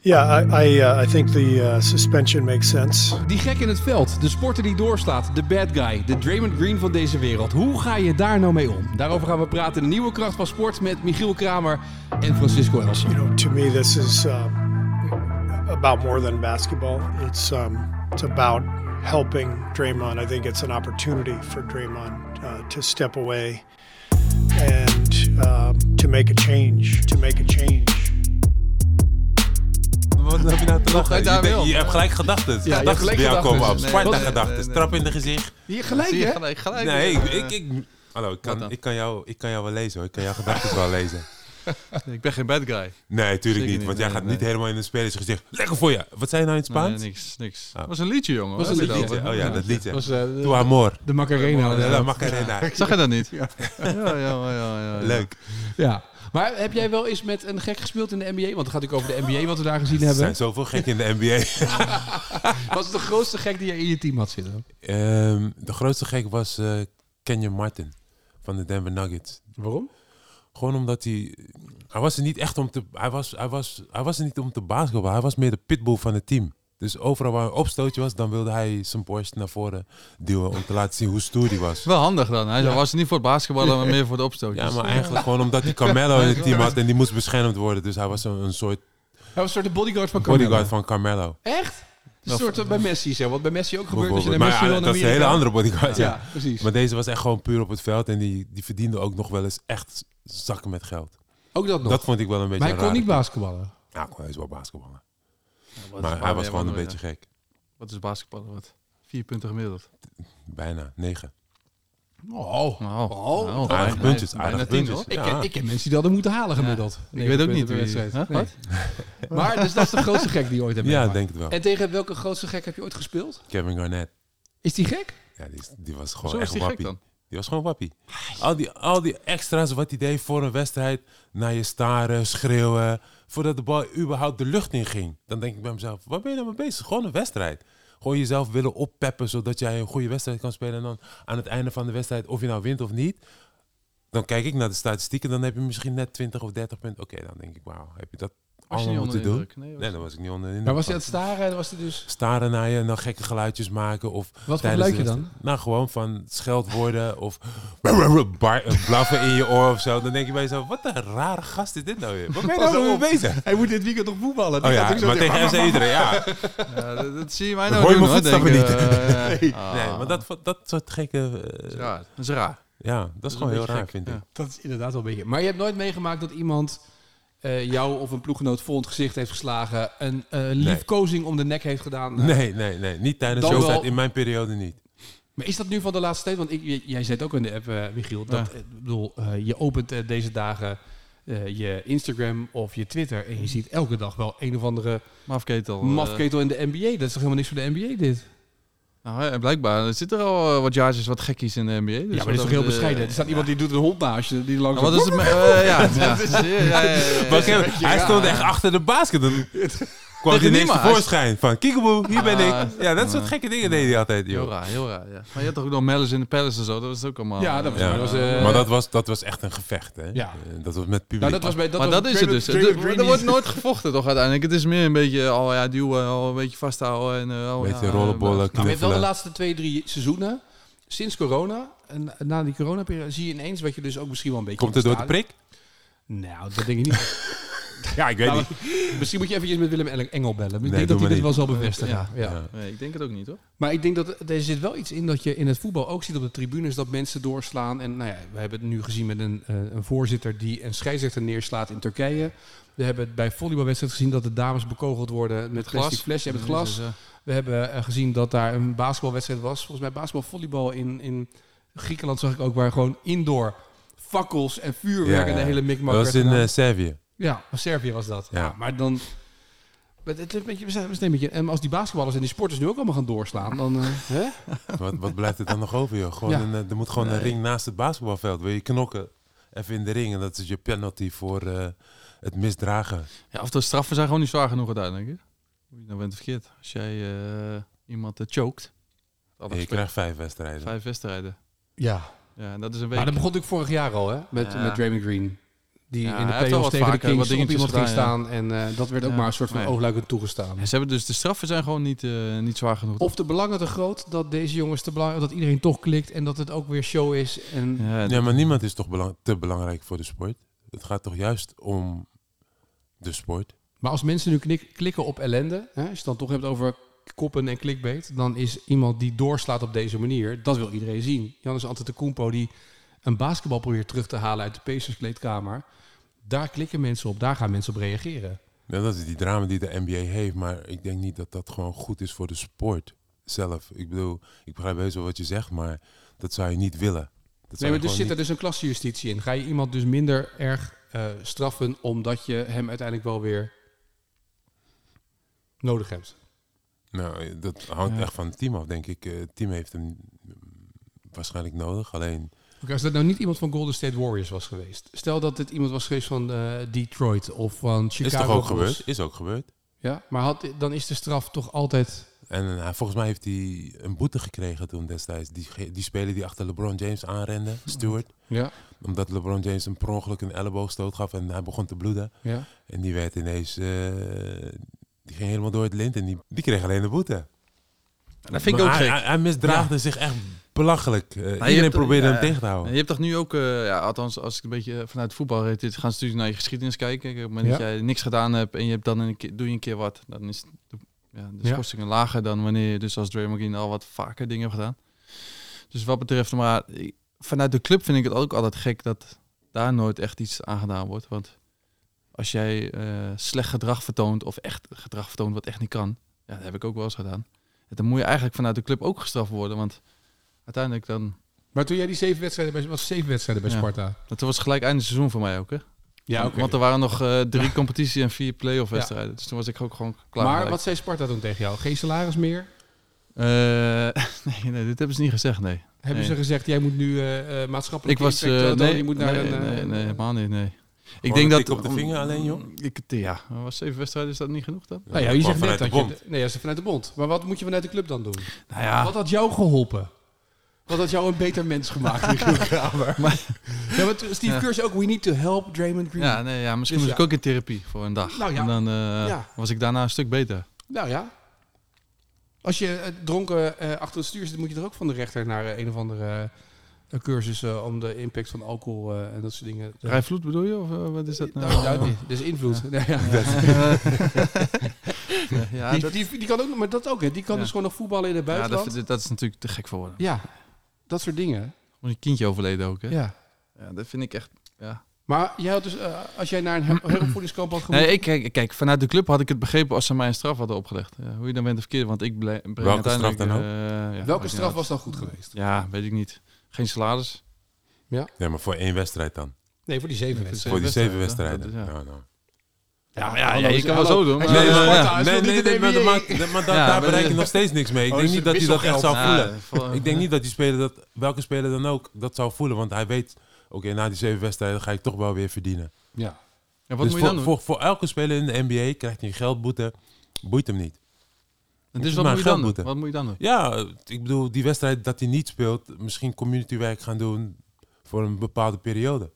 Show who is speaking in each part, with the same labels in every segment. Speaker 1: Yeah, I I, uh, I think the uh, suspension makes sense.
Speaker 2: Die gek in het veld, de sporter die doorslaat, de bad guy, de Draymond Green van deze wereld. Hoe ga je daar nou mee om? Daarover gaan we praten in de nieuwe kracht van sport met Michiel Kramer en Francisco Elsen.
Speaker 1: You know, to me, this is uh, about more than basketball. It's um, it's about helping Draymond. I think it's an opportunity for Draymond uh, to step away and um, to make a change. To make a change.
Speaker 3: Wat heb je nou te lachen?
Speaker 2: uit daar
Speaker 3: Je, denkt-
Speaker 2: wel.
Speaker 3: je hebt gelijk gedachten.
Speaker 2: je hebt
Speaker 3: gedachten
Speaker 2: gelijk
Speaker 3: die jou
Speaker 2: gedachten.
Speaker 3: komen af.
Speaker 2: Nee,
Speaker 3: Sparta
Speaker 2: nee,
Speaker 3: gedachten.
Speaker 4: nee, nee.
Speaker 3: Trap in de gezicht.
Speaker 2: Hier gelijk,
Speaker 4: Zie je
Speaker 2: hè?
Speaker 4: gelijk, gelijk.
Speaker 3: Nee,
Speaker 4: Ja,
Speaker 3: ik,
Speaker 4: eh,
Speaker 3: ik, ik, hallo, ik
Speaker 4: dan?
Speaker 3: kan, ik, kan jou, ik kan jou wel lezen hoor. Ik kan jouw gedachten wel lezen.
Speaker 4: ik ben geen bad guy.
Speaker 3: Nee, tuurlijk
Speaker 4: niet.
Speaker 3: niet. Want jij
Speaker 4: Nee,
Speaker 3: gaat
Speaker 4: nee.
Speaker 3: niet helemaal in de spelers gezicht. Lekker voor je. Wat zei je nou in het
Speaker 4: Nee,
Speaker 3: Spaans?
Speaker 4: niks, niks.
Speaker 3: Oh.
Speaker 4: was een liedje, jongen.
Speaker 2: Was
Speaker 4: Waar
Speaker 2: een
Speaker 4: heb je
Speaker 3: Dat
Speaker 4: het
Speaker 3: liedje. Oh
Speaker 4: over?
Speaker 3: ja, dat liedje.
Speaker 2: was, eh, de-
Speaker 3: Tu amor.
Speaker 2: de Macarena.
Speaker 3: La
Speaker 2: inderdaad.
Speaker 3: Macarena.
Speaker 4: Zag je dat niet? Ja, ja, ja. ja, ja, ja.
Speaker 3: Leuk.
Speaker 2: Ja. Maar heb jij wel eens met een gek gespeeld in de NBA? Want het gaat natuurlijk over de NBA wat we daar gezien
Speaker 3: Er zijn
Speaker 2: hebben.
Speaker 3: zoveel gekken in de NBA.
Speaker 2: Was het de grootste gek die je in je team had zitten?
Speaker 3: Ehm, de grootste gek was eh Kenyon Martin van de Denver Nuggets.
Speaker 2: Waarom?
Speaker 3: Gewoon omdat hij... Hij was er niet echt om te... Hij was, hij was, hij was er niet om te basketballen. Hij was meer de pitbull van het team. Dus overal waar een opstootje was, dan wilde hij zijn borst naar voren duwen om te laten zien hoe stoer hij was.
Speaker 4: Wel handig dan. Hij was niet voor het basketballen, maar meer voor de opstootjes.
Speaker 3: Ja, maar eigenlijk Dus gewoon omdat hij Carmelo in het team had en die moest beschermd worden. Dus hij was een, een soort
Speaker 2: Hij was een soort de bodyguard van Carmelo.
Speaker 3: bodyguard van Carmelo.
Speaker 2: Echt? Een soort eh, bij Messi zo. Wat bij Messi ook gebeurt als je naar Messi
Speaker 3: Bijvoorbeeld. Maar
Speaker 2: wil
Speaker 3: ja,
Speaker 2: in
Speaker 3: dat is een hele
Speaker 2: Amerika.
Speaker 3: andere bodyguard. Ja.
Speaker 2: Ja, precies.
Speaker 3: Maar deze was echt gewoon puur op het veld en die, die verdiende ook nog wel eens echt zakken met geld.
Speaker 2: Ook dat nog.
Speaker 3: Dat vond ik wel een beetje
Speaker 2: maar hij
Speaker 3: een
Speaker 2: kon
Speaker 3: rare
Speaker 2: niet basketballen.
Speaker 3: kant. Ja, hij kon- hij is wel basketballen.
Speaker 4: Wat
Speaker 3: Maar
Speaker 4: is-
Speaker 3: hij was
Speaker 4: ja,
Speaker 3: gewoon een
Speaker 4: wat-
Speaker 3: beetje gek.
Speaker 4: Wat is basketballen? Wat? Vier punten gemiddeld.
Speaker 3: Bijna, negen.
Speaker 2: Oh.
Speaker 4: Nou,
Speaker 2: Oh,
Speaker 4: nou,
Speaker 3: aardig
Speaker 4: bijna-
Speaker 3: puntjes,
Speaker 4: bijna
Speaker 3: aardig
Speaker 4: tien,
Speaker 3: puntjes.
Speaker 4: hoor.
Speaker 2: Ik,
Speaker 3: Ja.
Speaker 2: ken, ik ken mensen die dat hadden moeten halen gemiddeld.
Speaker 4: Ik weet ook niet
Speaker 2: de
Speaker 4: wie-
Speaker 2: wedstrijd.
Speaker 4: Huh?
Speaker 2: Nee.
Speaker 4: Wat?
Speaker 2: Maar dus dat is de grootste gek die je ooit hebt
Speaker 3: Ja,
Speaker 2: meegemaakt.
Speaker 3: ik denk het wel.
Speaker 2: En tegen welke grootste gek heb je ooit gespeeld?
Speaker 3: Kevin Garnett.
Speaker 2: Is die gek?
Speaker 3: Ja, die, is- die was gewoon
Speaker 4: Zo is
Speaker 3: echt
Speaker 4: die gek
Speaker 3: wappie.
Speaker 4: dan?
Speaker 3: Die was gewoon wappie. Al die, al die extra's wat hij deed voor een wedstrijd. Naar je staren, schreeuwen. Voordat de bal überhaupt de lucht in ging. Dan denk ik bij mezelf, waar ben je nou mee bezig? Gewoon een wedstrijd. Gewoon jezelf willen oppeppen zodat jij een goede wedstrijd kan spelen. En dan aan het einde van de wedstrijd, of je nou wint of niet. Dan kijk ik naar de statistieken. Dan heb je misschien net 20 of 30 punten. Oké, dan denk ik, wauw, heb je dat
Speaker 4: Was je niet
Speaker 3: allemaal
Speaker 4: onder
Speaker 3: moeten
Speaker 4: de
Speaker 3: doen?
Speaker 4: indruk?
Speaker 3: Nee,
Speaker 4: Nee, was-
Speaker 3: dan was ik niet onder de
Speaker 2: Maar
Speaker 3: indruk
Speaker 2: was hij
Speaker 3: van.
Speaker 2: aan het staren en was hij dus...
Speaker 3: Staren naar je en dan gekke geluidjes maken. Of
Speaker 2: Wat voor
Speaker 3: Tijdens
Speaker 2: leuk je
Speaker 3: de
Speaker 2: dan?
Speaker 3: wedstrijd. Nou, gewoon van scheldwoorden of bar- eh, blaffen in je oor of zo. Dan denk je bij jezelf, wat een rare gast is dit nou weer? Wat ben je
Speaker 2: Pas
Speaker 3: nou mee
Speaker 2: op.
Speaker 3: bezig?
Speaker 2: Hij moet dit weekend toch voetballen?
Speaker 3: Oh ja, maar tegen FC Utrecht, ja.
Speaker 4: Ja, dat, dat zie je mij
Speaker 3: Dat
Speaker 4: nou
Speaker 3: hoor je
Speaker 4: doen,
Speaker 3: mijn
Speaker 4: hoor, denk
Speaker 3: voetstappen
Speaker 4: ik.
Speaker 3: niet.
Speaker 4: Eh, ah,
Speaker 3: Nee, maar dat, dat soort gekke... eh,
Speaker 4: is raar. Dat is raar.
Speaker 3: ja, dat is
Speaker 4: een
Speaker 3: gewoon heel
Speaker 4: beetje
Speaker 3: raar,
Speaker 4: gek,
Speaker 3: vind ik.
Speaker 4: ja.
Speaker 2: Dat is inderdaad wel een beetje... Maar je hebt nooit meegemaakt dat iemand eh, jou of een ploeggenoot vol in het gezicht heeft geslagen... een eh, liefkozing om de nek heeft gedaan? Nou,
Speaker 3: Nee, nee, nee. Niet tijdens
Speaker 2: Dan
Speaker 3: showtijd.
Speaker 2: wel-
Speaker 3: In mijn periode niet.
Speaker 2: Maar is dat nu van de laatste tijd? Want ik, j- jij zei het ook in de app, eh, Michiel. Dat, eh, ik bedoel, eh, je opent eh, deze dagen eh, je Instagram of je Twitter... en je ziet elke dag wel een of andere
Speaker 4: Mafketel. eh,
Speaker 2: mafketel in de NBA. Dat is toch helemaal niks voor de NBA, dit?
Speaker 4: Nou, hè, en blijkbaar er zitten er al eh, wat jaartjes wat gekkies in de NBA. Dus
Speaker 2: ja, maar dat is
Speaker 4: wat
Speaker 2: toch heel
Speaker 4: dat, eh,
Speaker 2: bescheiden? Er staat iemand die doet een hond naast je, die langs...
Speaker 4: Nou, wat is het? me- eh, ja, ja. Ja, ja, ja, ja.
Speaker 3: Maar Kevin, hij
Speaker 4: raar.
Speaker 3: stond echt achter de basket. Dan kwam hij
Speaker 4: Tegen
Speaker 3: ineens
Speaker 4: niemand.
Speaker 3: tevoorschijn. Van, kiekeboe, hier ben
Speaker 4: Ah,
Speaker 3: ik. Ja, dat soort gekke dingen deed hij altijd,
Speaker 4: Heel
Speaker 3: joh.
Speaker 4: raar, heel raar. Ja. Maar je had toch ook nog Mellis in de Palace en zo? Dat was ook allemaal.
Speaker 2: Ja, dat was-
Speaker 3: Ja.
Speaker 2: maar dat was... eh,
Speaker 3: Maar dat was, dat was echt een gevecht, hè?
Speaker 2: Ja.
Speaker 3: Eh, Dat was met publiek.
Speaker 2: nou, dat was bij, dat
Speaker 4: maar
Speaker 2: was
Speaker 4: dat is het dus.
Speaker 2: Draymond- Draymond
Speaker 4: Er,
Speaker 2: Green
Speaker 4: er wordt
Speaker 2: die-
Speaker 4: nooit gevochten, toch uiteindelijk? Het is meer een beetje oh ja, duwen, al een beetje vasthouden. En, eh, oh,
Speaker 3: Beetje
Speaker 4: ja,
Speaker 3: rollenbollen,
Speaker 2: Nou, we hebben wel de
Speaker 3: knuffelen.
Speaker 2: laatste twee, drie seizoenen. Sinds corona, en na die coronaperiode, zie je ineens wat je dus ook misschien wel een beetje...
Speaker 3: Komt het door de
Speaker 2: ontstaat.
Speaker 3: prik?
Speaker 2: Nou, dat denk ik niet.
Speaker 3: Ja, ik weet
Speaker 2: Nou, Misschien moet je eventjes met Willem Engel bellen. Ik
Speaker 3: Nee,
Speaker 2: denk dat hij
Speaker 3: doe maar
Speaker 2: dit
Speaker 3: niet.
Speaker 2: wel zal bevestigen. Ja,
Speaker 3: Ja.
Speaker 4: eh, nee, ik denk het ook niet hoor.
Speaker 2: Maar ik denk dat er zit wel iets in dat je in het voetbal ook ziet op de tribunes dat mensen doorslaan. En nou ja, we hebben het nu gezien met een, eh, een voorzitter die een scheidsrechter neerslaat in Turkije. We hebben het bij volleybalwedstrijd gezien dat de dames bekogeld worden met plastic flesje en met glas.
Speaker 4: Dus, eh,
Speaker 2: We hebben eh, gezien dat daar een basketbalwedstrijd was. Volgens mij basketbal, volleybal in, in Griekenland zag ik ook waar gewoon indoor fakkels en vuurwerk en de hele mikmak
Speaker 3: Dat was
Speaker 2: werd
Speaker 3: in
Speaker 2: gedaan.
Speaker 3: eh, Servië.
Speaker 2: Ja, maar Servië was dat. Ja.
Speaker 3: Ja.
Speaker 2: maar dan... Maar het is een beetje, we zijn we zijn een beetje... En als die basketballers en die sporters nu ook allemaal gaan doorslaan, dan... eh, hè?
Speaker 3: Wat, wat blijft er dan nog over, joh? Gewoon
Speaker 2: Ja.
Speaker 3: een, eh, er moet gewoon een ring naast het basketbalveld. Wil je knokken? Even in de ring. En dat is je penalty voor eh, het
Speaker 2: Oh,
Speaker 3: misdragen.
Speaker 4: ja, of de straffen zijn gewoon niet zwaar genoeg uiteindelijk. Hè? Hoe je nou bent verkeerd. Als jij eh, iemand eh, choked, dan
Speaker 3: je krijgt vijf wedstrijden.
Speaker 4: vijf wedstrijden.
Speaker 2: Ja.
Speaker 4: Ja, en dat is een week.
Speaker 2: Maar dat begon natuurlijk vorig jaar al, hè? Met,
Speaker 4: Ja.
Speaker 2: met Draymond Green. Die
Speaker 4: Ja,
Speaker 2: in de
Speaker 4: hij heeft wel
Speaker 2: playoffs
Speaker 4: wat
Speaker 2: tegen de
Speaker 4: vaker wat
Speaker 2: Kings op
Speaker 4: dingetjes
Speaker 2: iemand ging
Speaker 4: gedaan,
Speaker 2: staan. En eh, dat werd ook
Speaker 4: Ja,
Speaker 2: maar een soort van
Speaker 4: nee.
Speaker 2: oogluikend toegestaan.
Speaker 4: Ja, ze hebben dus de straffen zijn gewoon niet, eh, niet zwaar genoeg.
Speaker 2: Of de belangen te groot dat deze jongens te belangrijk, dat iedereen toch klikt en dat het ook weer show is. En
Speaker 4: Ja,
Speaker 3: Ja, maar niemand is toch belang- te belangrijk voor de sport? Het gaat toch juist om de sport?
Speaker 2: Maar als mensen nu knik- klikken op ellende, hè, als je het dan toch hebt over koppen en clickbait, dan is iemand die doorslaat op deze manier, dat wil iedereen zien. Jannis Antetokounmpo die een basketbal probeert terug te halen uit de Pacers kleedkamer, daar klikken mensen op, daar gaan mensen op reageren.
Speaker 3: Ja, dat is die drama die de NBA heeft, maar ik denk niet dat dat gewoon goed is voor de sport zelf. Ik bedoel, ik begrijp heus wel wat je zegt, maar dat zou je niet willen. Dat
Speaker 2: Nee,
Speaker 3: zou
Speaker 2: maar
Speaker 3: je
Speaker 2: dus
Speaker 3: gewoon
Speaker 2: zit er dus een klassenjustitie in. Ga je iemand dus minder erg eh, straffen omdat je hem uiteindelijk wel weer nodig hebt?
Speaker 3: niet- Nou, dat hangt
Speaker 4: Ja.
Speaker 3: echt van het team af, denk ik. Eh, Het team heeft hem mm, waarschijnlijk nodig, alleen...
Speaker 2: Oké, als dat nou niet iemand van Golden State Warriors was geweest. Stel dat dit iemand was geweest van eh, Detroit of van
Speaker 3: Is
Speaker 2: Chicago.
Speaker 3: toch ook
Speaker 2: Bulls.
Speaker 3: gebeurd? Is ook gebeurd.
Speaker 2: Ja, maar had, dan is de straf toch altijd...
Speaker 3: En eh, volgens mij heeft hij een boete gekregen toen destijds. Die, ge- die speler die achter LeBron James aanrende, Stewart.
Speaker 2: Ja,
Speaker 3: Omdat LeBron James hem per ongeluk een elleboogstoot gaf en hij begon te bloeden.
Speaker 2: ja.
Speaker 3: En die werd ineens... eh, die ging helemaal door het lint en die, die kreeg alleen de boete.
Speaker 4: dat vind ik ook
Speaker 3: Maar hij,
Speaker 4: gek.
Speaker 3: Hij, hij misdraagde zich echt belachelijk. Eh,
Speaker 4: je
Speaker 3: iedereen
Speaker 4: hebt-
Speaker 3: probeerde
Speaker 4: ja.
Speaker 3: hem tegen te houden.
Speaker 4: Je hebt toch nu ook, eh, ja, althans als ik een beetje vanuit voetbal reed, dit gaan ze natuurlijk naar je geschiedenis kijken. Kijk, Op het moment
Speaker 2: Ja.
Speaker 4: dat jij niks gedaan hebt en je hebt dan een keer, doe je een keer wat, dan is de, ja, de
Speaker 2: Ja.
Speaker 4: schorsing lager dan wanneer je dus als Draymond Green al wat vaker dingen hebt gedaan. Dus wat betreft, maar ik- vanuit de club vind ik het ook altijd gek dat daar nooit echt iets aan gedaan wordt. Want als jij eh, slecht gedrag vertoont of echt gedrag vertoont wat echt niet kan, ja, dat heb ik ook wel eens gedaan. Dan moet je eigenlijk vanuit de club ook gestraft worden, want uiteindelijk dan
Speaker 2: Maar toen jij die zeven wedstrijden bij, was het zeven wedstrijden bij
Speaker 4: Ja.
Speaker 2: Sparta.
Speaker 4: dat was gelijk einde seizoen voor mij ook, hè?
Speaker 2: Ja,
Speaker 4: Want- Want er waren nog eh, drie competitie en vier play-off wedstrijden. Dus toen was ik ook gewoon klaar.
Speaker 2: maar
Speaker 4: gelijk.
Speaker 2: wat zei Sparta toen tegen jou? Geen salaris meer?
Speaker 4: Eh, nee, nee, dit hebben ze niet gezegd, nee.
Speaker 2: Hebben
Speaker 4: Nee.
Speaker 2: ze gezegd, jij moet nu eh, eh, maatschappelijk
Speaker 4: ik was... eh,
Speaker 2: impact, eh,
Speaker 4: nee,
Speaker 2: je moet naar
Speaker 4: nee,
Speaker 2: een, eh,
Speaker 4: nee, nee, helemaal niet, nee.
Speaker 3: Gewoon
Speaker 4: ik denk
Speaker 3: een
Speaker 4: dat... Mm,
Speaker 3: tik op de vinger alleen, joh?
Speaker 4: Ik, eh, ja, was zeven wedstrijden, is dat niet genoeg dan?
Speaker 2: Nou ja, je
Speaker 3: Kwam
Speaker 2: zegt net
Speaker 3: vanuit
Speaker 2: dat
Speaker 3: de
Speaker 2: je...
Speaker 3: bond.
Speaker 2: Nee, dat is vanuit de bond. Maar wat moet je vanuit de club dan doen?
Speaker 4: Nou ja,
Speaker 2: Wat had jou geholpen? Wat had jou een beter mens gemaakt? in de kamer?
Speaker 4: Maar-
Speaker 2: ja, maar toen- Steve
Speaker 4: Ja.
Speaker 2: Kerr zei ook, we need to help Draymond Green.
Speaker 4: ja, nee, ja misschien
Speaker 2: Dus
Speaker 4: moest
Speaker 2: ja.
Speaker 4: ik ook in therapie voor een dag.
Speaker 2: Nou ja.
Speaker 4: En dan eh,
Speaker 2: Ja.
Speaker 4: was ik daarna een stuk beter.
Speaker 2: Nou ja. Als je eh, dronken eh, achter het stuur zit, moet je er ook van de rechter naar eh, een of andere eh, cursus eh, om de impact van alcohol eh, en dat soort dingen.
Speaker 4: Rijvloed bedoel je? Of eh, wat is dat nou?
Speaker 2: Nou, duidt niet. Dat is invloed. Ja. Ja,
Speaker 4: ja,
Speaker 2: die,
Speaker 4: dat,
Speaker 2: die, die kan ook, nog- maar dat ook, hè. Die kan
Speaker 4: Ja.
Speaker 2: dus gewoon nog voetballen in het
Speaker 4: ja
Speaker 2: buitenland. Ja,
Speaker 4: dat, dat is natuurlijk te gek voor woorden.
Speaker 2: dat, soort dingen.
Speaker 4: Moet een kindje overleden ook, hè?
Speaker 2: Ja.
Speaker 4: Ja, dat vind ik echt... Ja.
Speaker 2: Maar jij had dus, eh, als jij naar een her- heropvoedingskamp had gemoet...
Speaker 4: Nee, ik, kijk, kijk, vanuit de club had ik het begrepen als ze mij een straf hadden opgelegd. Ja, hoe je dan bent of verkeerd, want ik ble- breng
Speaker 3: Welke straf
Speaker 4: uiteindelijk,
Speaker 3: dan ook?
Speaker 4: eh, ja,
Speaker 2: Welke
Speaker 4: weet
Speaker 2: straf
Speaker 4: ik niet.
Speaker 2: was dan goed geweest?
Speaker 4: Ja, weet ik niet. Geen salaris.
Speaker 3: Nee, maar voor één wedstrijd dan.
Speaker 2: Nee, voor die zeven
Speaker 3: Voor
Speaker 4: wedstrijden.
Speaker 3: die zeven
Speaker 4: wedstrijden,
Speaker 3: wedstrijden.
Speaker 4: hè? Dat
Speaker 3: Nou, nou.
Speaker 2: Ja, dus maar
Speaker 4: ja, ja, je kan wel zo doen, maar-
Speaker 3: Nee,
Speaker 4: Ja,
Speaker 3: maar-
Speaker 4: ja, ja.
Speaker 3: nee, nee, nee, maar
Speaker 2: E.
Speaker 3: dat maakt- dat- maar daar-
Speaker 4: Ja,
Speaker 3: daar
Speaker 4: maar
Speaker 3: bereik je
Speaker 4: dat-
Speaker 3: nog steeds niks mee. Ik
Speaker 2: Oh,
Speaker 3: denk
Speaker 2: dus
Speaker 3: niet
Speaker 2: het
Speaker 3: dat hij dat echt
Speaker 2: wisselgeld.
Speaker 3: zou voelen.
Speaker 4: Ja, voor-
Speaker 3: Ik denk niet dat, die speler dat welke speler dan ook dat zou voelen. Want hij weet, oké, na die zeven wedstrijden ga ik toch wel weer verdienen.
Speaker 2: Ja.
Speaker 4: Ja,
Speaker 3: dus
Speaker 4: wat moet je
Speaker 3: voor,
Speaker 4: dan doen?
Speaker 3: Voor, voor elke speler in de NBA krijgt hij een geldboete. Boeit hem niet.
Speaker 4: En
Speaker 3: moet
Speaker 4: dus
Speaker 3: je
Speaker 4: wat
Speaker 3: maar
Speaker 4: moet je dan
Speaker 3: geld
Speaker 4: doen? Wat moet je dan doen?
Speaker 3: Ja, eh, ik bedoel, die wedstrijd dat hij niet speelt, misschien communitywerk gaan doen voor een bepaalde periode.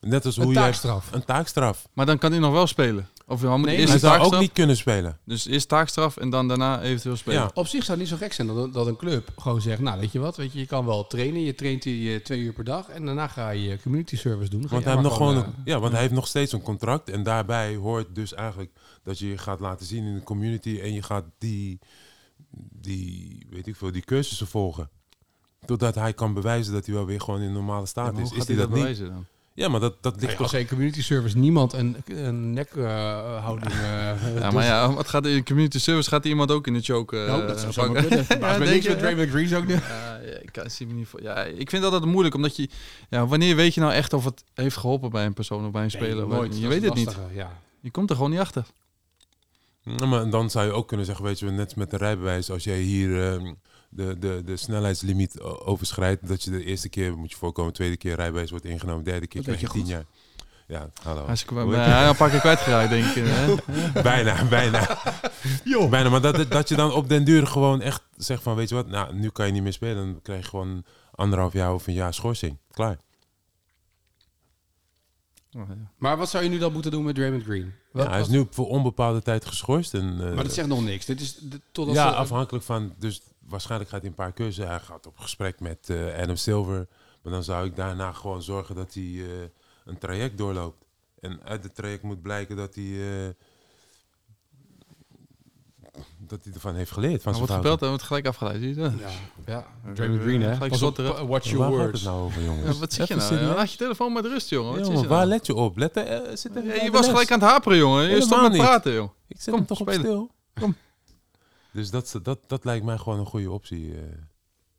Speaker 3: Net als
Speaker 2: Een
Speaker 3: hoe jij
Speaker 2: taakstraf.
Speaker 3: een taakstraf.
Speaker 4: Maar dan kan hij nog wel spelen. Of hij moet
Speaker 2: Nee,
Speaker 4: eerst
Speaker 3: Hij
Speaker 4: een
Speaker 3: zou ook
Speaker 4: taakstraf.
Speaker 3: niet kunnen spelen.
Speaker 4: Dus eerst taakstraf en dan daarna eventueel spelen.
Speaker 3: Ja.
Speaker 2: Op zich zou het niet zo gek zijn dat een, dat een club gewoon zegt... nou, weet je wat, weet je, je kan wel trainen. Je traint die eh, twee uur per dag en daarna ga je community service doen. Ga
Speaker 3: Want,
Speaker 2: jij
Speaker 3: hij, heeft
Speaker 2: maar
Speaker 3: nog gewoon
Speaker 2: eh,
Speaker 3: een- ja, want hij heeft nog steeds een contract. En daarbij hoort dus eigenlijk dat je je gaat laten zien in de community. En je gaat die, die, weet ik veel, die cursussen volgen. Totdat hij kan bewijzen dat hij wel weer gewoon in normale
Speaker 4: Ja, maar
Speaker 3: staat
Speaker 4: hoe
Speaker 3: is.
Speaker 4: gaat
Speaker 3: Is hij dat niet?
Speaker 4: bewijzen dan?
Speaker 3: Ja, maar dat, dat
Speaker 2: Nou
Speaker 3: ligt
Speaker 2: ja,
Speaker 3: toch
Speaker 2: als een community service niemand een, een eh, nekhouding
Speaker 4: Ja, maar ja, wat gaat in de community service? Gaat iemand ook in de choke? eh,
Speaker 2: Nou, dat zou zomaar
Speaker 4: pakken?
Speaker 2: kunnen. Verbaast
Speaker 4: Ja,
Speaker 2: me
Speaker 4: denk
Speaker 2: niks
Speaker 4: je,
Speaker 2: met
Speaker 4: hè?
Speaker 2: Draymond Green ook nu.
Speaker 4: Ja, ja, ik kan- zie me niet voor. Ja, ik vind dat altijd moeilijk, omdat je, ja, wanneer weet je nou echt of het heeft geholpen bij een persoon of bij een speler? Je weet het niet.
Speaker 2: Ja.
Speaker 4: Je komt er gewoon niet achter.
Speaker 3: Ja, Nou, maar dan zou je ook kunnen zeggen, weet je, net als met een rijbewijs, als jij hier ehm, de, de, de snelheidslimiet o- overschrijdt, dat je de eerste keer moet je voorkomen, tweede keer rijbewijs wordt ingenomen, derde keer
Speaker 2: Dat
Speaker 3: krijg je
Speaker 2: weet
Speaker 3: tien jaar. Ja, hallo.
Speaker 4: Als ik
Speaker 3: Hoe
Speaker 4: bij
Speaker 3: heet
Speaker 4: ja, een paar keer kwijtgeraakt, denk ik. Hè?
Speaker 3: het? bijna, bijna. bijna, maar dat, dat je dan op den duur gewoon echt zegt van, weet je wat, nou, nu kan je niet meer spelen, dan krijg je gewoon anderhalf jaar of een jaar schorsing. Klaar.
Speaker 4: Oh, ja.
Speaker 2: Maar wat zou je nu dan moeten doen met Draymond Green? Wat-
Speaker 3: Ja, hij is
Speaker 2: wat-
Speaker 3: nu voor onbepaalde tijd geschorst. En, eh,
Speaker 2: Maar dat zegt nog niks. Dit is de- totdat
Speaker 3: ja,
Speaker 2: ze-
Speaker 3: afhankelijk van. Dus waarschijnlijk gaat hij een paar cursussen. Hij gaat op gesprek met eh, Adam Silver. Maar dan zou ik daarna gewoon zorgen dat hij eh, een traject doorloopt. En uit het traject moet blijken dat hij. eh, dat hij ervan heeft geleerd. Van
Speaker 4: Maar
Speaker 3: zijn
Speaker 4: wordt gebeld en wordt gelijk afgeleid. Zie je dat?
Speaker 2: ja, ja.
Speaker 4: Draymond Green, hè? Gelijk
Speaker 2: Pas op,
Speaker 4: zot
Speaker 2: watch
Speaker 4: erop.
Speaker 3: fouten.
Speaker 2: your
Speaker 3: Waar gaat het
Speaker 2: words.
Speaker 3: nou over,
Speaker 4: Ja,
Speaker 3: jongens?
Speaker 4: wat zit je
Speaker 3: Even
Speaker 4: nou?
Speaker 3: serieus.
Speaker 4: Laat je telefoon maar rust, jongen. Wat
Speaker 3: Jongen,
Speaker 4: zit je
Speaker 3: waar
Speaker 4: nou?
Speaker 3: let je op? Let er, eh, zit er
Speaker 4: Ja,
Speaker 3: even bij
Speaker 4: je was
Speaker 3: les.
Speaker 4: gelijk aan het haperen, jongen. Je stond
Speaker 3: Helemaal
Speaker 4: met
Speaker 3: niet.
Speaker 4: praten, joh.
Speaker 3: Ik zet
Speaker 4: Kom,
Speaker 3: hem toch op
Speaker 4: spelen.
Speaker 3: stil.
Speaker 4: Kom.
Speaker 3: Dus dat, dat, dat lijkt mij gewoon een goede optie. eh.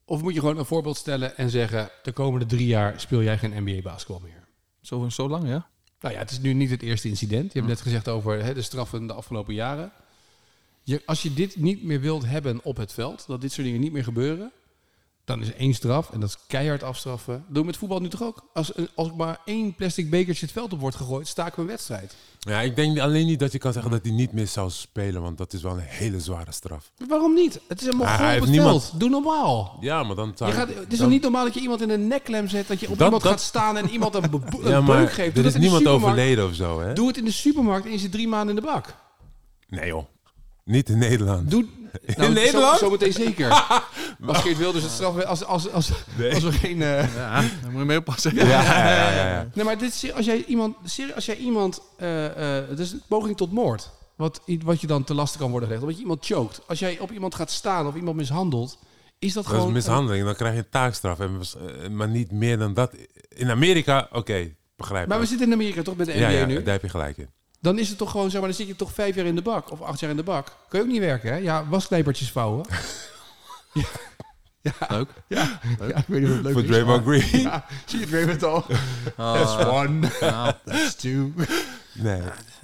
Speaker 2: Of moet je gewoon een voorbeeld stellen en zeggen... de komende drie jaar speel jij geen NBA-basketbal meer.
Speaker 4: Zo, zo lang, ja?
Speaker 2: Nou ja, het is nu niet het eerste incident. Je hebt net gezegd over hè, de straffen de afgelopen jaren. Je, als je dit niet meer wilt hebben op het veld... dat dit soort dingen niet meer gebeuren... dan is er één straf en dat is keihard afstraffen. Dat doen we met voetbal nu toch ook? Als, als ik maar één plastic bekertje het veld op wordt gegooid... staken we een wedstrijd.
Speaker 3: Ja, ik denk alleen niet dat je kan zeggen dat hij niet meer zou spelen, want dat is wel een hele zware straf.
Speaker 2: Waarom niet? Het is een
Speaker 3: hij
Speaker 2: mogol op
Speaker 3: heeft
Speaker 2: het
Speaker 3: niemand-
Speaker 2: veld. Doe normaal.
Speaker 3: Ja, maar dan zou
Speaker 2: Je gaat,
Speaker 3: ik-
Speaker 2: het is
Speaker 3: dan-
Speaker 2: toch niet normaal dat je iemand in een nekklem zet, dat je op
Speaker 3: Dat-
Speaker 2: iemand
Speaker 3: dat-
Speaker 2: gaat staan en iemand een, bebo- een
Speaker 3: ja, maar
Speaker 2: beuk geeft. Doe
Speaker 3: Er
Speaker 2: dat
Speaker 3: is
Speaker 2: in de
Speaker 3: niemand
Speaker 2: supermarkt.
Speaker 3: overleden of zo, hè?
Speaker 2: Doe het in de supermarkt en je zit drie maanden in de bak.
Speaker 3: Nee joh, niet in Nederland.
Speaker 2: Doe,
Speaker 3: In Nederland?
Speaker 2: Nou, Zo, zometeen zeker. Als Geert Wilders het straf... Als, als, als, als we geen... eh,
Speaker 4: Ja, daar moet je mee oppassen.
Speaker 3: Ja, ja, ja, ja, ja.
Speaker 2: Nee, maar dit, is- als jij iemand... serie- Als jij iemand eh, eh, het is een poging tot moord. Wat, i- wat je dan te lasten kan worden gelegd. Omdat je iemand choked. Als jij op iemand gaat staan of iemand mishandelt... Is dat,
Speaker 3: Dat
Speaker 2: gewoon...
Speaker 3: is mishandeling, dan krijg je een taakstraf, en, was- eh, maar niet meer dan dat. In Amerika, oké, begrijp ik.
Speaker 2: Maar we zitten in Amerika toch met de NBA
Speaker 3: ja, ja,
Speaker 2: nu?
Speaker 3: daar heb je gelijk in.
Speaker 2: Dan is het toch gewoon zo, maar dan zit je toch vijf jaar in de bak of acht jaar in de bak. Kun je ook niet werken, hè? Ja, wasknijpertjes vouwen.
Speaker 4: Leuk.
Speaker 2: ja. ja, ik weet niet of het leuk
Speaker 3: Voor
Speaker 2: is.
Speaker 3: Draymond
Speaker 2: maar-
Speaker 3: Green.
Speaker 2: Ja, zie je het weer met al?
Speaker 4: Ah,
Speaker 2: one,
Speaker 4: nou,
Speaker 2: that's two.
Speaker 3: Nee.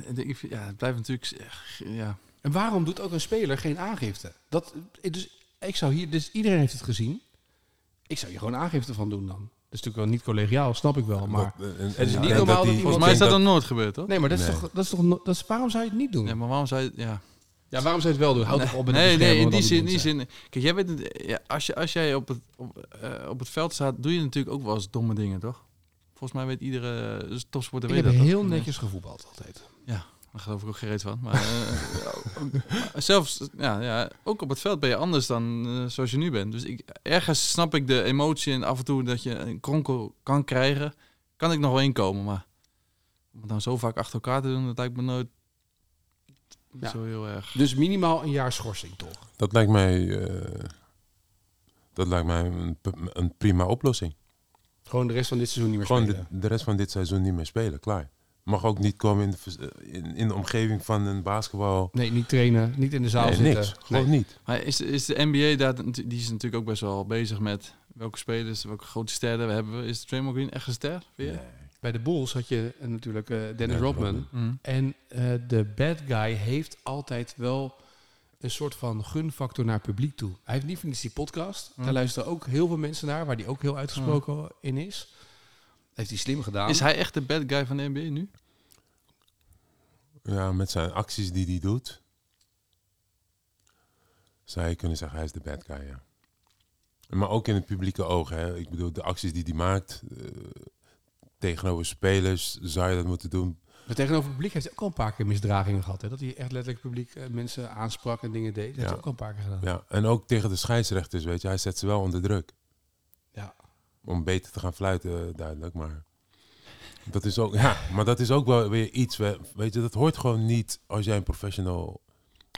Speaker 4: ik denk, ja, het blijft natuurlijk... echt, Ja.
Speaker 2: En waarom doet ook een speler geen aangifte? Dat, dus ik zou hier, dus iedereen heeft het gezien. Ik zou hier gewoon aangifte van doen dan. Dat is natuurlijk wel niet collegiaal, snap ik wel, maar...
Speaker 3: Wat- en- en-
Speaker 2: Het is
Speaker 3: ik
Speaker 2: niet
Speaker 3: denk
Speaker 2: normaal dat
Speaker 3: die-
Speaker 2: iemand-
Speaker 4: Volgens mij is dat
Speaker 3: ik
Speaker 4: dan
Speaker 3: denk
Speaker 4: nooit gebeurd, toch?
Speaker 2: Nee, maar dat is
Speaker 3: Nee.
Speaker 2: toch, dat is toch no- dat is, waarom zou je het niet doen?
Speaker 4: Nee, maar waarom zou je... Ja.
Speaker 2: Ja, waarom zou je het wel doen? Houd toch op met het
Speaker 4: nee, nee,
Speaker 2: beschermen
Speaker 4: in
Speaker 2: wat
Speaker 4: die
Speaker 2: andere
Speaker 4: zin, in die
Speaker 2: mensen.
Speaker 4: zin. Kijk, jij bent, een- ja, als, je, als jij op het, op, eh, op het veld staat, doe je natuurlijk ook wel eens domme dingen, toch? Volgens mij weet iedere eh, topsporter weet
Speaker 2: Ik
Speaker 4: dat.
Speaker 2: heb
Speaker 4: toch?
Speaker 2: heel
Speaker 4: Nee.
Speaker 2: netjes gevoetbald altijd.
Speaker 4: Daar geloof ik ook geen reet van. Maar, eh, ja, ook- maar zelfs, ja, ja, ook op het veld ben je anders dan eh, zoals je nu bent. Dus ik, ergens snap ik de emotie en af en toe dat je een kronkel kan krijgen, kan ik nog wel inkomen. Maar om het dan zo vaak achter elkaar te doen, dat lijkt me nooit
Speaker 2: Ja.
Speaker 4: zo heel erg.
Speaker 2: Dus minimaal een jaar schorsing, toch?
Speaker 3: Dat lijkt mij, eh, dat lijkt mij een, p- een prima oplossing.
Speaker 2: Gewoon de rest van dit seizoen niet meer
Speaker 3: Gewoon de,
Speaker 2: spelen.
Speaker 3: de rest van dit seizoen niet meer spelen, klaar. Mag ook niet komen in de, vers- eh, in, in de omgeving van een basketbal.
Speaker 2: Nee, niet trainen, niet in de zaal
Speaker 3: Nee,
Speaker 2: zitten.
Speaker 3: niks. Gewoon niet.
Speaker 4: Maar is, is de NBA daar, die is natuurlijk ook best wel bezig met welke spelers, welke grote sterren we hebben. Is Draymond Green echt een ster? Weer?
Speaker 3: Nee.
Speaker 2: Bij de Bulls had je eh, natuurlijk eh, Dennis
Speaker 3: Dennis
Speaker 2: Rodman.
Speaker 3: Rodman.
Speaker 4: Mm.
Speaker 2: En eh, de bad guy heeft altijd wel een soort van gunfactor naar het publiek toe. Hij heeft niet van die podcast.
Speaker 4: Mm.
Speaker 2: Daar luisteren ook heel veel mensen naar, waar die ook heel uitgesproken in is. Heeft hij slim gedaan.
Speaker 4: Is hij echt de bad guy van de NBA nu?
Speaker 3: Ja, met zijn acties die hij doet. Zou je kunnen zeggen, hij is de bad guy, ja. Maar ook in het publieke oog, hè. Ik bedoel, de acties die hij maakt... eh, tegenover spelers zou je dat moeten doen.
Speaker 2: Maar tegenover het publiek heeft hij ook al een paar keer misdragingen gehad. Hè? Dat hij echt letterlijk publiek eh, mensen aansprak en dingen deed. Dat heeft
Speaker 3: Ja.
Speaker 2: hij ook al een paar keer gedaan.
Speaker 3: Ja. En ook tegen de scheidsrechters, weet je. Hij zet ze wel onder druk.
Speaker 2: Ja.
Speaker 3: om beter te gaan fluiten, eh, duidelijk. Maar dat is ook, ja, maar dat is ook wel weer iets. we- Weet je, dat hoort gewoon niet als jij een professional.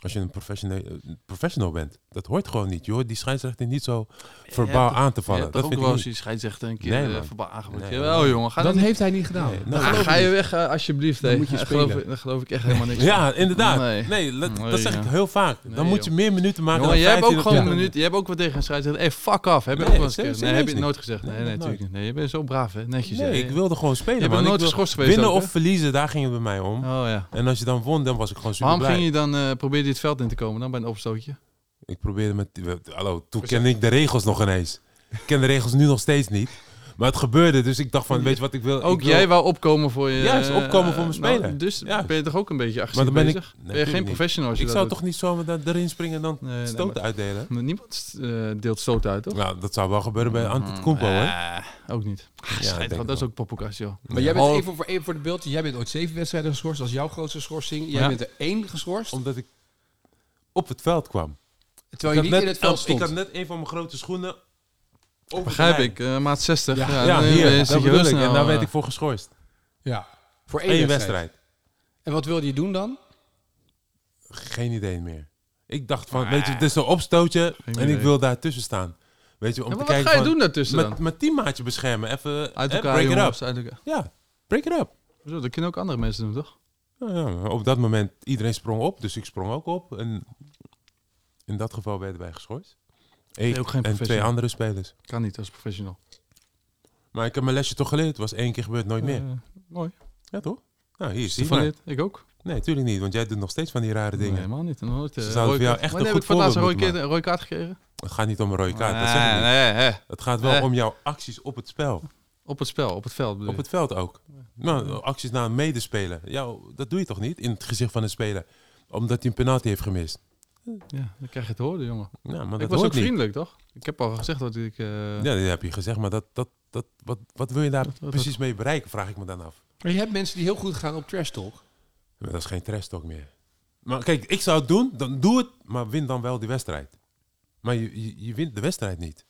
Speaker 3: Als je een professional, professional bent, dat hoort gewoon niet. Je hoort die scheidsrechter niet zo verbaal aan te
Speaker 4: Je
Speaker 3: vallen.
Speaker 4: hebt
Speaker 3: Dat
Speaker 4: toch ook
Speaker 3: vind
Speaker 4: wel
Speaker 3: ik
Speaker 4: eens
Speaker 3: niet.
Speaker 4: die scheidsrechter een keer
Speaker 3: Nee,
Speaker 4: eh,
Speaker 3: man.
Speaker 4: verbaal aangeboden.
Speaker 3: Nee,
Speaker 4: Jawel
Speaker 3: man.
Speaker 4: jongen, ga,
Speaker 2: dat
Speaker 4: dan,
Speaker 2: heeft hij niet gedaan.
Speaker 3: Nee,
Speaker 4: Ah,
Speaker 3: nou, geloof
Speaker 4: ga
Speaker 3: ik
Speaker 4: je
Speaker 3: niet.
Speaker 4: weg eh, alsjeblieft.
Speaker 2: Dan
Speaker 4: hè.
Speaker 2: moet je
Speaker 4: Daar geloof
Speaker 2: spelen.
Speaker 4: ik- Daar geloof ik echt helemaal niks van.
Speaker 3: Ja, inderdaad. Nee,
Speaker 4: Nee.
Speaker 3: dat, dat
Speaker 4: Nee,
Speaker 3: zeg ik
Speaker 4: ja.
Speaker 3: heel vaak. Dan
Speaker 4: Nee,
Speaker 3: moet je meer minuten maken.
Speaker 4: Jongen,
Speaker 3: dan
Speaker 4: jij hebt ook
Speaker 3: 15
Speaker 4: gewoon een
Speaker 3: op-
Speaker 4: minuut. Je hebt ook wat tegen een scheidsrechter. Hey, fuck af. Heb je
Speaker 3: Nee,
Speaker 4: ook wel eens een keer-
Speaker 3: serieus,
Speaker 4: Nee, heb je
Speaker 3: serieus
Speaker 4: nooit gezegd. Nee,
Speaker 3: Nee,
Speaker 4: nee,
Speaker 3: nooit.
Speaker 4: natuurlijk niet. Nee, je bent zo braaf, hè? Netjes. hè.
Speaker 3: Nee, ik wilde gewoon spelen.
Speaker 4: Je bent
Speaker 3: man. Ik
Speaker 4: nooit
Speaker 3: wil-
Speaker 4: geschorst geweest
Speaker 3: Winnen
Speaker 4: ook, hè?
Speaker 3: of verliezen, daar ging het bij mij om.
Speaker 4: Oh ja.
Speaker 3: En als je dan won, dan was ik gewoon super
Speaker 4: Waarom
Speaker 3: blij.
Speaker 4: ging je dan eh probeer je het veld in te komen dan bij een opstootje?
Speaker 3: Ik probeerde met... Hallo, toen kende ik de regels nog ineens. Ik ken de regels nu nog steeds niet. Maar het gebeurde, dus ik dacht van, weet je wat ik wil?
Speaker 4: Hm. Ook
Speaker 3: ik wil-
Speaker 4: jij wou opkomen voor je...
Speaker 3: Juist, opkomen voor mijn
Speaker 4: eh, nou,
Speaker 3: speler.
Speaker 4: dus
Speaker 3: Juist.
Speaker 4: ben je toch ook een beetje agressief
Speaker 3: Maar dan ben ik-
Speaker 4: bezig?
Speaker 3: Nee,
Speaker 4: ben je geen
Speaker 3: natuurlijk niet.
Speaker 4: professional als je
Speaker 3: Ik
Speaker 4: dat
Speaker 3: zou
Speaker 4: doet?
Speaker 3: toch niet zomaar daar- erin springen en dan
Speaker 4: Nee, nee,
Speaker 3: stoten
Speaker 4: maar-
Speaker 3: uitdelen?
Speaker 4: Niemand eh, deelt stoot uit, toch? Hm,
Speaker 3: Nou, dat zou wel gebeuren bij Antetokounmpo, hè?
Speaker 4: Ah, ook niet.
Speaker 3: ik
Speaker 4: Schijt,
Speaker 3: denk
Speaker 4: want
Speaker 3: het
Speaker 4: dat is
Speaker 3: wel.
Speaker 4: ook poppenkast, joh.
Speaker 2: Maar jij bent
Speaker 4: Oh.
Speaker 2: even voor, even voor de beeldje. Jij bent ooit zeven wedstrijden geschorst. Dat is jouw grootste schorsing. Jij
Speaker 4: Ja.
Speaker 2: bent er één geschorst.
Speaker 3: Omdat ik op het veld kwam.
Speaker 2: terwijl Oh, je
Speaker 3: Ik
Speaker 2: niet
Speaker 3: had
Speaker 2: in
Speaker 3: net- oh,
Speaker 2: het veld
Speaker 3: Ik
Speaker 2: stond.
Speaker 3: had net een van mijn grote schoenen over
Speaker 4: Begrijp
Speaker 3: de lijn.
Speaker 4: ik, eh, maat 60. Ja,
Speaker 3: Ja,
Speaker 4: dan
Speaker 3: hier,
Speaker 4: is
Speaker 3: dat
Speaker 4: hij heel
Speaker 3: bedoel ik.
Speaker 4: snel,
Speaker 3: En daar
Speaker 4: eh,
Speaker 3: werd ik voor geschorst.
Speaker 2: ja. Voor één,
Speaker 3: Eén
Speaker 2: wedstrijd.
Speaker 3: wedstrijd.
Speaker 2: En wat wilde je doen dan?
Speaker 3: Geen idee meer. Ik dacht
Speaker 4: Ah.
Speaker 3: van, weet je, dit is zo'n opstootje
Speaker 4: Geen
Speaker 3: en ik
Speaker 4: idee.
Speaker 3: wil daar tussen staan. Weet je, om
Speaker 4: Ja,
Speaker 3: te
Speaker 4: maar wat
Speaker 3: kijken
Speaker 4: ga je
Speaker 3: van,
Speaker 4: doen daartussen
Speaker 3: Met
Speaker 4: dan?
Speaker 3: Mijn teammaatje beschermen, even
Speaker 4: Uit
Speaker 3: hè,
Speaker 4: elkaar,
Speaker 3: Eh, break
Speaker 4: jongens.
Speaker 3: it up.
Speaker 4: Uit elkaar.
Speaker 3: Ja, break it up.
Speaker 4: Zo, dat kunnen ook andere mensen doen, toch?
Speaker 3: Nou ja, maar op dat moment, iedereen sprong op, dus ik sprong ook op. En in dat geval werden wij geschorst. Ik
Speaker 4: je ook geen
Speaker 3: en twee
Speaker 4: professional?
Speaker 3: andere spelers.
Speaker 4: Kan niet als professional.
Speaker 3: Maar ik heb mijn lesje toch geleerd. Het was één keer gebeurd, nooit meer.
Speaker 4: Eh, mooi.
Speaker 3: Ja, toch? Nou, hier zie je
Speaker 4: Van
Speaker 3: maar.
Speaker 4: dit, ik ook.
Speaker 3: Nee, tuurlijk niet, want jij doet nog steeds van die rare
Speaker 4: Nee,
Speaker 3: dingen.
Speaker 4: helemaal niet. En nooit, eh,
Speaker 3: Ze zouden
Speaker 4: rode
Speaker 3: voor jou
Speaker 4: kaart.
Speaker 3: echt
Speaker 4: Wanneer
Speaker 3: een
Speaker 4: heb ik
Speaker 3: goed
Speaker 4: voor het laatst een
Speaker 3: voorbeeld
Speaker 4: rode, keer- een rode kaart gekregen?
Speaker 3: Het gaat niet om een rode kaart, dat zeg ik
Speaker 4: Nee,
Speaker 3: niet.
Speaker 4: nee, hè.
Speaker 3: Het gaat wel
Speaker 4: Eh.
Speaker 3: om jouw acties op het spel.
Speaker 4: Op het spel, op het veld bedoel
Speaker 3: Op het veld ook. Nou, acties naar een medespeler. Ja, dat doe je toch niet in het gezicht van een speler? Omdat hij een penalty heeft gemist.
Speaker 4: je. Ja, dan krijg je het horen, jongen.
Speaker 3: Ja, maar dat
Speaker 4: ik was
Speaker 3: hoort
Speaker 4: ook
Speaker 3: niet.
Speaker 4: vriendelijk, toch? Ik heb al gezegd dat ik... eh,
Speaker 3: Ja, dat heb je gezegd, maar dat, dat, dat, wat, wat wil je daar
Speaker 4: dat-
Speaker 3: precies mee bereiken, vraag ik me dan af.
Speaker 2: Maar je hebt mensen die heel goed gaan op trash talk.
Speaker 3: Maar dat is geen trash talk meer. Maar kijk, ik zou het doen, dan doe het, maar win dan wel die wedstrijd. Maar je, je, je wint de wedstrijd niet.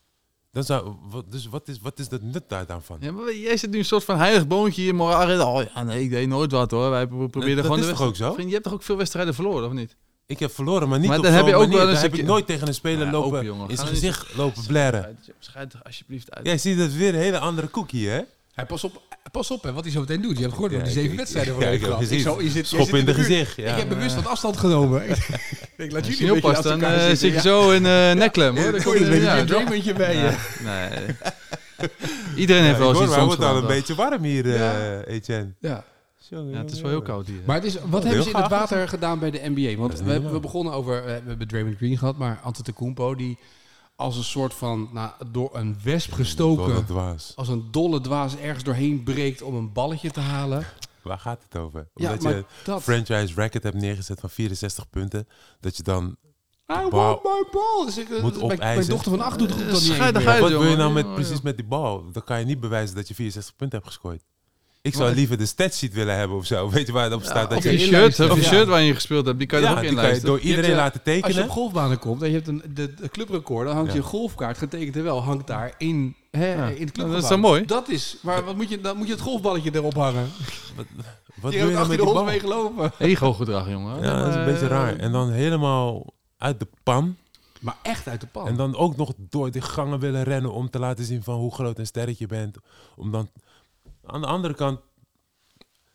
Speaker 3: Dan zou, wat, dus wat is, wat is dat nut daar dan van?
Speaker 4: Ja, maar jij zit nu een soort van heilig boontje hier, morgen. Oh ja, nee, ik deed nooit wat hoor. Wij pro- probeerden
Speaker 3: dat
Speaker 4: gewoon
Speaker 3: is
Speaker 4: de
Speaker 3: toch
Speaker 4: wedstrijd-
Speaker 3: ook zo?
Speaker 4: Vriend, je hebt toch ook veel wedstrijden verloren, of niet?
Speaker 3: Ik heb verloren, maar niet
Speaker 4: Maar
Speaker 3: op
Speaker 4: dan
Speaker 3: zo'n
Speaker 4: heb je ook
Speaker 3: manier.
Speaker 4: wel eens
Speaker 3: Dan heb
Speaker 4: een
Speaker 3: ik
Speaker 4: keer-
Speaker 3: nooit tegen een speler
Speaker 4: Ja,
Speaker 3: lopen,
Speaker 4: op, jongen.
Speaker 3: in zijn
Speaker 4: Ga nou
Speaker 3: gezicht lopen blaren.
Speaker 4: Schijt toch alsjeblieft uit.
Speaker 3: Jij ziet dat weer een hele andere cookie, hè?
Speaker 2: Hij pas op, pas op hè, wat hij zo meteen doet. Je hebt gehoord
Speaker 3: Ja,
Speaker 2: wat die
Speaker 3: ik-
Speaker 2: zeven
Speaker 3: ik-
Speaker 2: wedstrijden
Speaker 3: ja,
Speaker 2: voor
Speaker 3: ik
Speaker 2: heeft
Speaker 3: heb
Speaker 2: gehad.
Speaker 3: gezien.
Speaker 2: Ik zo- je zit- jij
Speaker 3: Schop
Speaker 2: zit
Speaker 3: in de
Speaker 2: buurt.
Speaker 3: gezicht. Ja.
Speaker 2: Ik heb bewust wat afstand genomen. ik denk, laat
Speaker 4: Als
Speaker 2: jullie een
Speaker 4: je niet
Speaker 2: beetje
Speaker 4: oppast,
Speaker 2: naast
Speaker 4: dan
Speaker 2: elkaar
Speaker 4: eh,
Speaker 2: zitten,
Speaker 4: zit je
Speaker 2: ja.
Speaker 4: zo in eh nekklem
Speaker 2: Ja,
Speaker 4: hoor.
Speaker 2: dan
Speaker 4: Dat
Speaker 2: komt er
Speaker 4: komt-
Speaker 2: een beetje
Speaker 4: ja,
Speaker 2: een Draymondje bij je.
Speaker 4: toch? Nee. nee. Iedereen
Speaker 3: Ja,
Speaker 4: heeft wel
Speaker 3: ik
Speaker 4: eens
Speaker 3: hoor, maar
Speaker 4: iets
Speaker 3: het
Speaker 4: soms
Speaker 3: wordt al een
Speaker 4: gedaan, toch?
Speaker 3: beetje warm hier,
Speaker 2: Ja.
Speaker 3: eh Etienne.
Speaker 2: Ja.
Speaker 4: Ja, het is wel heel koud hier.
Speaker 2: Maar het is, wat hebben
Speaker 3: heel
Speaker 2: ze in het
Speaker 3: gaaf.
Speaker 2: water gedaan bij de NBA? Want
Speaker 3: is
Speaker 2: we,
Speaker 3: niet
Speaker 2: hebben- we
Speaker 3: normaal.
Speaker 2: begonnen over, eh, we hebben Draymond Green gehad, maar Antetokounmpo die als een soort van, nou, door een wesp
Speaker 3: Wat
Speaker 2: gestoken,
Speaker 3: het was.
Speaker 2: als een dolle dwaas ergens doorheen breekt om een balletje te halen.
Speaker 3: Waar gaat het over?
Speaker 2: Ja,
Speaker 3: Omdat
Speaker 2: maar
Speaker 3: je
Speaker 2: dat-
Speaker 3: franchise record hebt neergezet van 64 punten. Dat je dan...
Speaker 2: I
Speaker 3: Bal-
Speaker 2: want my ball! Dus ik, eh,
Speaker 3: Moet
Speaker 2: mijn- mijn,
Speaker 3: opeisen.
Speaker 2: dochter van acht doet het goed dan niet
Speaker 4: Schijt
Speaker 2: eens
Speaker 4: dan
Speaker 2: meer.
Speaker 4: ga je-
Speaker 3: wat wil je
Speaker 4: jongen.
Speaker 3: nou
Speaker 4: Ja,
Speaker 3: met,
Speaker 4: ja.
Speaker 3: precies met die bal? Dan kan je niet bewijzen dat je 64 punten hebt gescoord. Ik
Speaker 4: Maar
Speaker 3: zou
Speaker 4: ik-
Speaker 3: liever de statsheet willen hebben of zo. Weet je waar het op staat?
Speaker 4: Of
Speaker 3: dat
Speaker 4: die
Speaker 3: je,
Speaker 4: shirt, of die
Speaker 2: Ja.
Speaker 4: shirt waar je gespeeld hebt, die kan je er
Speaker 3: ja,
Speaker 4: ook
Speaker 3: die kan je
Speaker 4: inlijsten.
Speaker 3: door
Speaker 2: Je
Speaker 3: iedereen
Speaker 2: hebt, eh,
Speaker 3: laten
Speaker 2: Als je
Speaker 3: tekenen.
Speaker 2: op golfbanen komt en je hebt een, de, de clubrecord, dan hangt
Speaker 3: Ja.
Speaker 2: je golfkaart getekend en wel, hangt daar in, hè, in
Speaker 4: Ja.
Speaker 2: het clubgebouw.
Speaker 4: Dat is dan mooi.
Speaker 2: Dat is, maar wat moet je, dan moet je het golfballetje erop hangen.
Speaker 3: Wat
Speaker 2: Die
Speaker 3: wil je
Speaker 2: heeft
Speaker 3: nou
Speaker 2: achter
Speaker 3: met
Speaker 2: de
Speaker 3: die
Speaker 2: hond
Speaker 3: bal?
Speaker 2: mee gelopen.
Speaker 4: Ego-gedrag, jongen.
Speaker 3: Ja, dat is een
Speaker 4: Eh,
Speaker 3: beetje raar. En dan helemaal uit de pan.
Speaker 2: Maar echt uit de pan.
Speaker 3: En dan ook nog door de gangen willen rennen om te laten zien van hoe groot een sterretje je bent. Om dan... Aan de andere kant,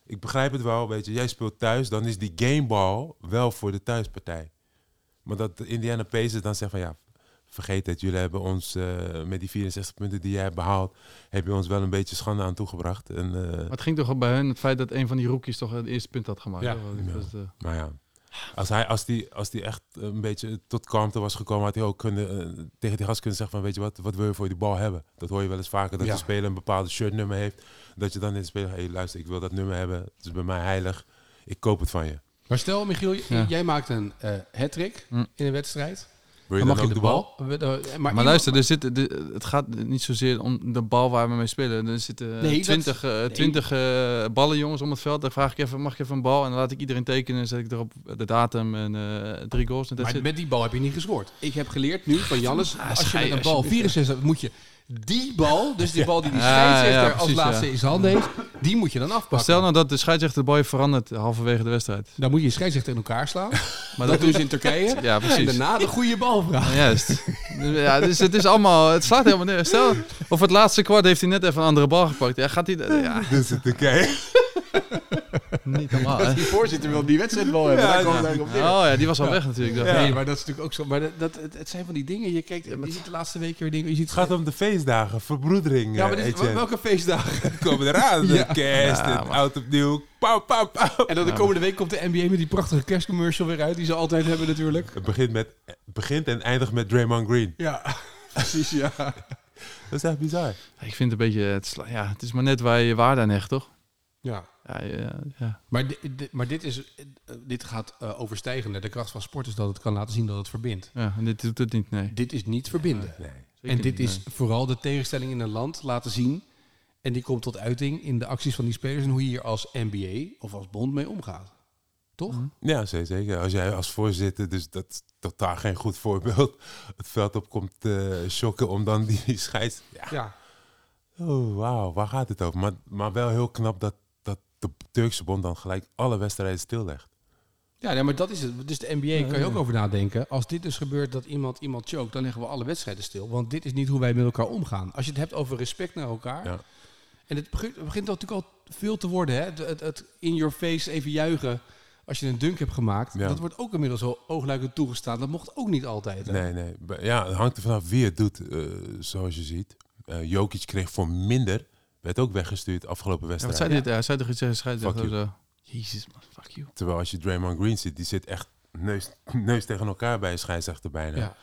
Speaker 3: ik begrijp het wel, weet je. Jij speelt thuis, dan is die gameball wel voor de thuispartij. Maar dat de Indiana Pacers dan zegt van ja, vergeet het. Jullie hebben ons eh, met die 64 punten die jij hebt behaald, heb je ons wel een beetje schande aan toegebracht. En, eh,
Speaker 4: Maar het ging toch al bij hun het feit dat een van die rookies toch het eerste punt had gemaakt.
Speaker 2: Ja.
Speaker 4: hè? Want ik
Speaker 3: Ja.
Speaker 4: was, eh,
Speaker 3: Maar ja, als hij, als die, als die echt een beetje tot kalmte was gekomen, had hij ook kunnen, eh, tegen die gast kunnen zeggen van, weet je wat, wat wil je voor die bal hebben? Dat hoor je wel eens vaker, dat
Speaker 2: Ja.
Speaker 3: de speler een bepaalde shirtnummer heeft. Dat je dan in de speler, hey, luister, ik wil dat nummer hebben, het is bij mij heilig, ik koop het van je.
Speaker 2: Maar stel, Michiel, j-
Speaker 4: Ja.
Speaker 2: jij maakt een eh hat-trick
Speaker 4: Hm.
Speaker 2: in een wedstrijd.
Speaker 3: Mm.
Speaker 2: Dan
Speaker 3: Wil je dan,
Speaker 2: mag
Speaker 3: ook
Speaker 2: je de bal. We- eh,
Speaker 4: Maar,
Speaker 2: iemand-
Speaker 4: luister, er zit, de- het gaat niet zozeer om de bal waar we mee spelen. Er zitten
Speaker 2: Nee, dat-
Speaker 4: 20, eh, 20 eh, ballen jongens om het veld. Dan vraag ik even, mag ik even een bal? En dan laat ik iedereen tekenen en zet ik erop de datum en eh, drie goals. En dat
Speaker 2: Maar
Speaker 4: zit.
Speaker 2: met die bal heb je niet gescoord. Ik heb geleerd nu van Jannes, als je
Speaker 4: schei-
Speaker 2: met een bal
Speaker 4: alsjeblieft,
Speaker 2: 64 hebt, moet je die bal, dus die bal die die
Speaker 4: Ja, Ah, ja,
Speaker 2: scheidsrechter als
Speaker 4: precies,
Speaker 2: laatste
Speaker 4: ja.
Speaker 2: in zijn handen heeft, die moet je dan afpakken.
Speaker 4: Maar stel nou dat de scheidsrechter de bal heeft veranderd halverwege de wedstrijd.
Speaker 2: Dan moet je je scheidsrechter in elkaar slaan.
Speaker 4: Maar
Speaker 2: Dat doen ze in Turkije.
Speaker 4: Ja,
Speaker 2: En
Speaker 4: precies.
Speaker 2: daarna de goede bal vragen.
Speaker 4: Juist. Ja, dus het is allemaal, het slaat helemaal neer. Stel, of het laatste kwart heeft hij net even een andere bal gepakt. Ja, gaat hij, ja,
Speaker 3: Dit is het oké.
Speaker 4: niet normaal. hè?
Speaker 2: Die voorzitter wil die wedstrijdbal hebben.
Speaker 3: Ja,
Speaker 2: daar komen
Speaker 3: ja.
Speaker 2: we daar op neer.
Speaker 4: Oh ja, die was al weg natuurlijk. Dat-
Speaker 2: Nee, maar dat is natuurlijk ook zo. Maar dat, dat, het, het zijn van die dingen. Je kijkt, je ziet de laatste week weer dingen. Je ziet
Speaker 3: Het gaat om de feestdagen, verbroedering, eh,
Speaker 2: Ja,
Speaker 3: ja,
Speaker 2: maar dit, is- welke feestdagen?
Speaker 3: komen eraan,
Speaker 2: Ja.
Speaker 3: de kerst,
Speaker 4: Ja,
Speaker 3: en
Speaker 4: maar-
Speaker 3: oud opnieuw, pauw, pauw, pauw.
Speaker 2: En dan de komende week komt de NBA met die prachtige kerstcommercial weer uit, die ze altijd hebben natuurlijk.
Speaker 3: Het begint, met, het begint en eindigt met Draymond Green.
Speaker 2: Ja, precies ja.
Speaker 3: Dat is echt bizar.
Speaker 4: Ik vind het een beetje, het, sla- ja, het is maar net waar je je waarde aan hecht, toch?
Speaker 2: Ja.
Speaker 4: Ja, ja, ja.
Speaker 2: Maar, di- di- maar dit, is, eh, dit gaat eh, overstijgen. De kracht van sport is dat het kan laten zien dat het verbindt.
Speaker 4: ja en dit doet het niet, nee.
Speaker 2: Dit is niet verbinden.
Speaker 3: Nee.
Speaker 2: en
Speaker 4: Zeker
Speaker 2: dit
Speaker 4: niet,
Speaker 2: is
Speaker 4: nee.
Speaker 2: vooral de tegenstelling in een land laten zien. En die komt tot uiting in de acties van die spelers en hoe je hier als NBA of als bond mee omgaat. Toch?
Speaker 4: Mhm.
Speaker 3: Ja, ze- zeker. Als jij als voorzitter, dus dat is totaal geen goed voorbeeld, het veld op komt te shocken om dan die scheids... Ja.
Speaker 2: Ja.
Speaker 3: Oh, wauw, waar gaat het over? Maar, maar wel heel knap dat, dat de Turkse bond dan gelijk alle wedstrijden stillegt.
Speaker 2: Ja, nee, maar dat is het. Dus de NBA kan je ook
Speaker 3: ja.
Speaker 2: over nadenken. Als dit dus gebeurt dat iemand iemand chokt, dan leggen we alle wedstrijden stil. Want dit is niet hoe wij met elkaar omgaan. Als je het hebt over respect naar elkaar.
Speaker 3: Ja.
Speaker 2: En het begint, het begint natuurlijk al veel te worden. Hè? Het, het, het in your face even juichen als je een dunk hebt gemaakt.
Speaker 3: Ja.
Speaker 2: Dat wordt ook inmiddels al oogluikend toegestaan. Dat mocht ook niet altijd. Hè?
Speaker 3: Nee, nee. B- Ja, het hangt er vanaf wie het doet, eh, zoals je ziet. Eh Jokic kreeg voor minder, werd ook weggestuurd afgelopen
Speaker 4: Ja, wat
Speaker 3: wedstrijd.
Speaker 4: zei dit? Hij zei toch iets tegen de scheidsrechter?
Speaker 3: Fuck you.
Speaker 4: of zo? Jezus, man, fuck you.
Speaker 3: Terwijl als je Draymond Green ziet, die zit echt neus, neus tegen elkaar bij een scheidsrechter bijna.
Speaker 2: Ja.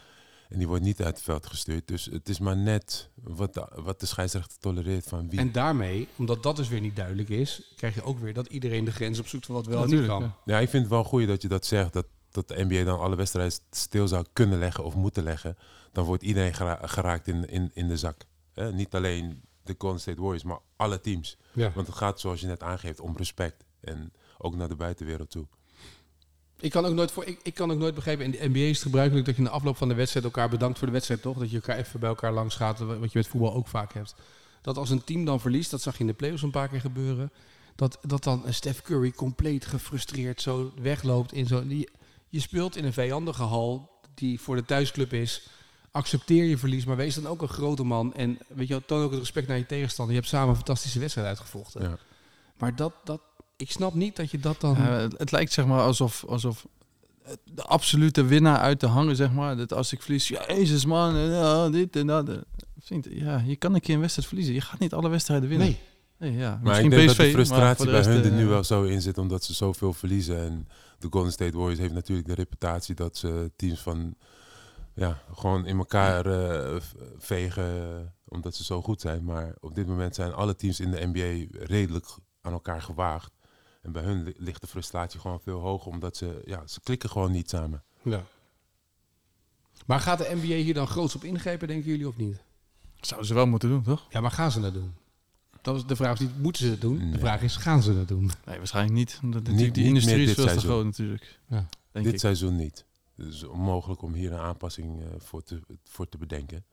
Speaker 3: En die wordt niet uit het veld gestuurd. Dus het is maar net wat de, wat de scheidsrechter tolereert van wie.
Speaker 2: En daarmee, omdat dat dus weer niet duidelijk is, krijg je ook weer dat iedereen de grens opzoekt van wat wel en niet
Speaker 4: Natuurlijk,
Speaker 2: kan.
Speaker 4: ja.
Speaker 3: Ja, ik vind het wel goed dat je dat zegt. Dat, dat de NBA dan alle wedstrijden stil zou kunnen leggen of moeten leggen. Dan wordt iedereen gera- geraakt in, in, in de zak. Hè, niet alleen de Golden State Warriors, maar alle teams.
Speaker 2: Ja.
Speaker 3: Want het gaat, zoals je net aangeeft, om respect. En ook naar de buitenwereld toe.
Speaker 2: Ik kan ook nooit, voor, ik, ik kan ook nooit begrijpen, in de NBA is het gebruikelijk dat je na afloop van de wedstrijd elkaar bedankt voor de wedstrijd, toch? Dat je elkaar even bij elkaar langs gaat, wa- wat je met voetbal ook vaak hebt. Dat als een team dan verliest, dat zag je in de playoffs een paar keer gebeuren, dat, dat dan een Steph Curry compleet gefrustreerd zo wegloopt in zo'n... die- Je speelt in een vijandige hal die voor de thuisclub is. Accepteer je verlies, maar wees dan ook een grote man. En weet je, wel, toon ook het respect naar je tegenstander. Je hebt samen een fantastische wedstrijd uitgevochten.
Speaker 3: Ja.
Speaker 2: Maar dat, dat, ik snap niet dat je dat dan...
Speaker 4: Ja, het, het lijkt zeg maar alsof, alsof de absolute winnaar uit te hangen, zeg maar. Dat als ik verlies, ja, jezus man, en, ja, dit en dat. Vriend, ja, je kan een keer een wedstrijd verliezen. Je gaat niet alle wedstrijden winnen.
Speaker 2: nee.
Speaker 4: Nee, ja.
Speaker 3: Maar
Speaker 4: Misschien
Speaker 3: ik denk
Speaker 4: PSV,
Speaker 3: dat de
Speaker 4: maar
Speaker 3: frustratie
Speaker 4: voor de
Speaker 3: bij
Speaker 4: rest,
Speaker 3: hun er
Speaker 4: eh,
Speaker 3: nu wel zo in zit, omdat ze zoveel verliezen. En de Golden State Warriors heeft natuurlijk de reputatie dat ze teams van ja, gewoon in elkaar eh, v- vegen, eh, omdat ze zo goed zijn. Maar op dit moment zijn alle teams in de NBA redelijk aan elkaar gewaagd. En bij hun li- ligt de frustratie gewoon veel hoger, omdat ze, ja, ze klikken gewoon niet samen.
Speaker 2: Ja. Maar gaat de NBA hier dan groots op ingrijpen, denken jullie of niet?
Speaker 4: Zouden ze wel moeten doen, toch?
Speaker 2: Ja, maar gaan ze dat doen? Dat is de vraag is niet, moeten ze het doen? De vraag is, gaan ze dat doen?
Speaker 4: Nee, waarschijnlijk niet. Omdat natuurlijk die
Speaker 3: niet meer
Speaker 4: industrie is
Speaker 3: dit
Speaker 4: veel te
Speaker 3: seizoen.
Speaker 4: groot natuurlijk.
Speaker 2: Ja.
Speaker 4: Denk
Speaker 3: dit
Speaker 4: ik.
Speaker 3: seizoen niet. Het is onmogelijk om hier een aanpassing eh, voor, te, voor te bedenken.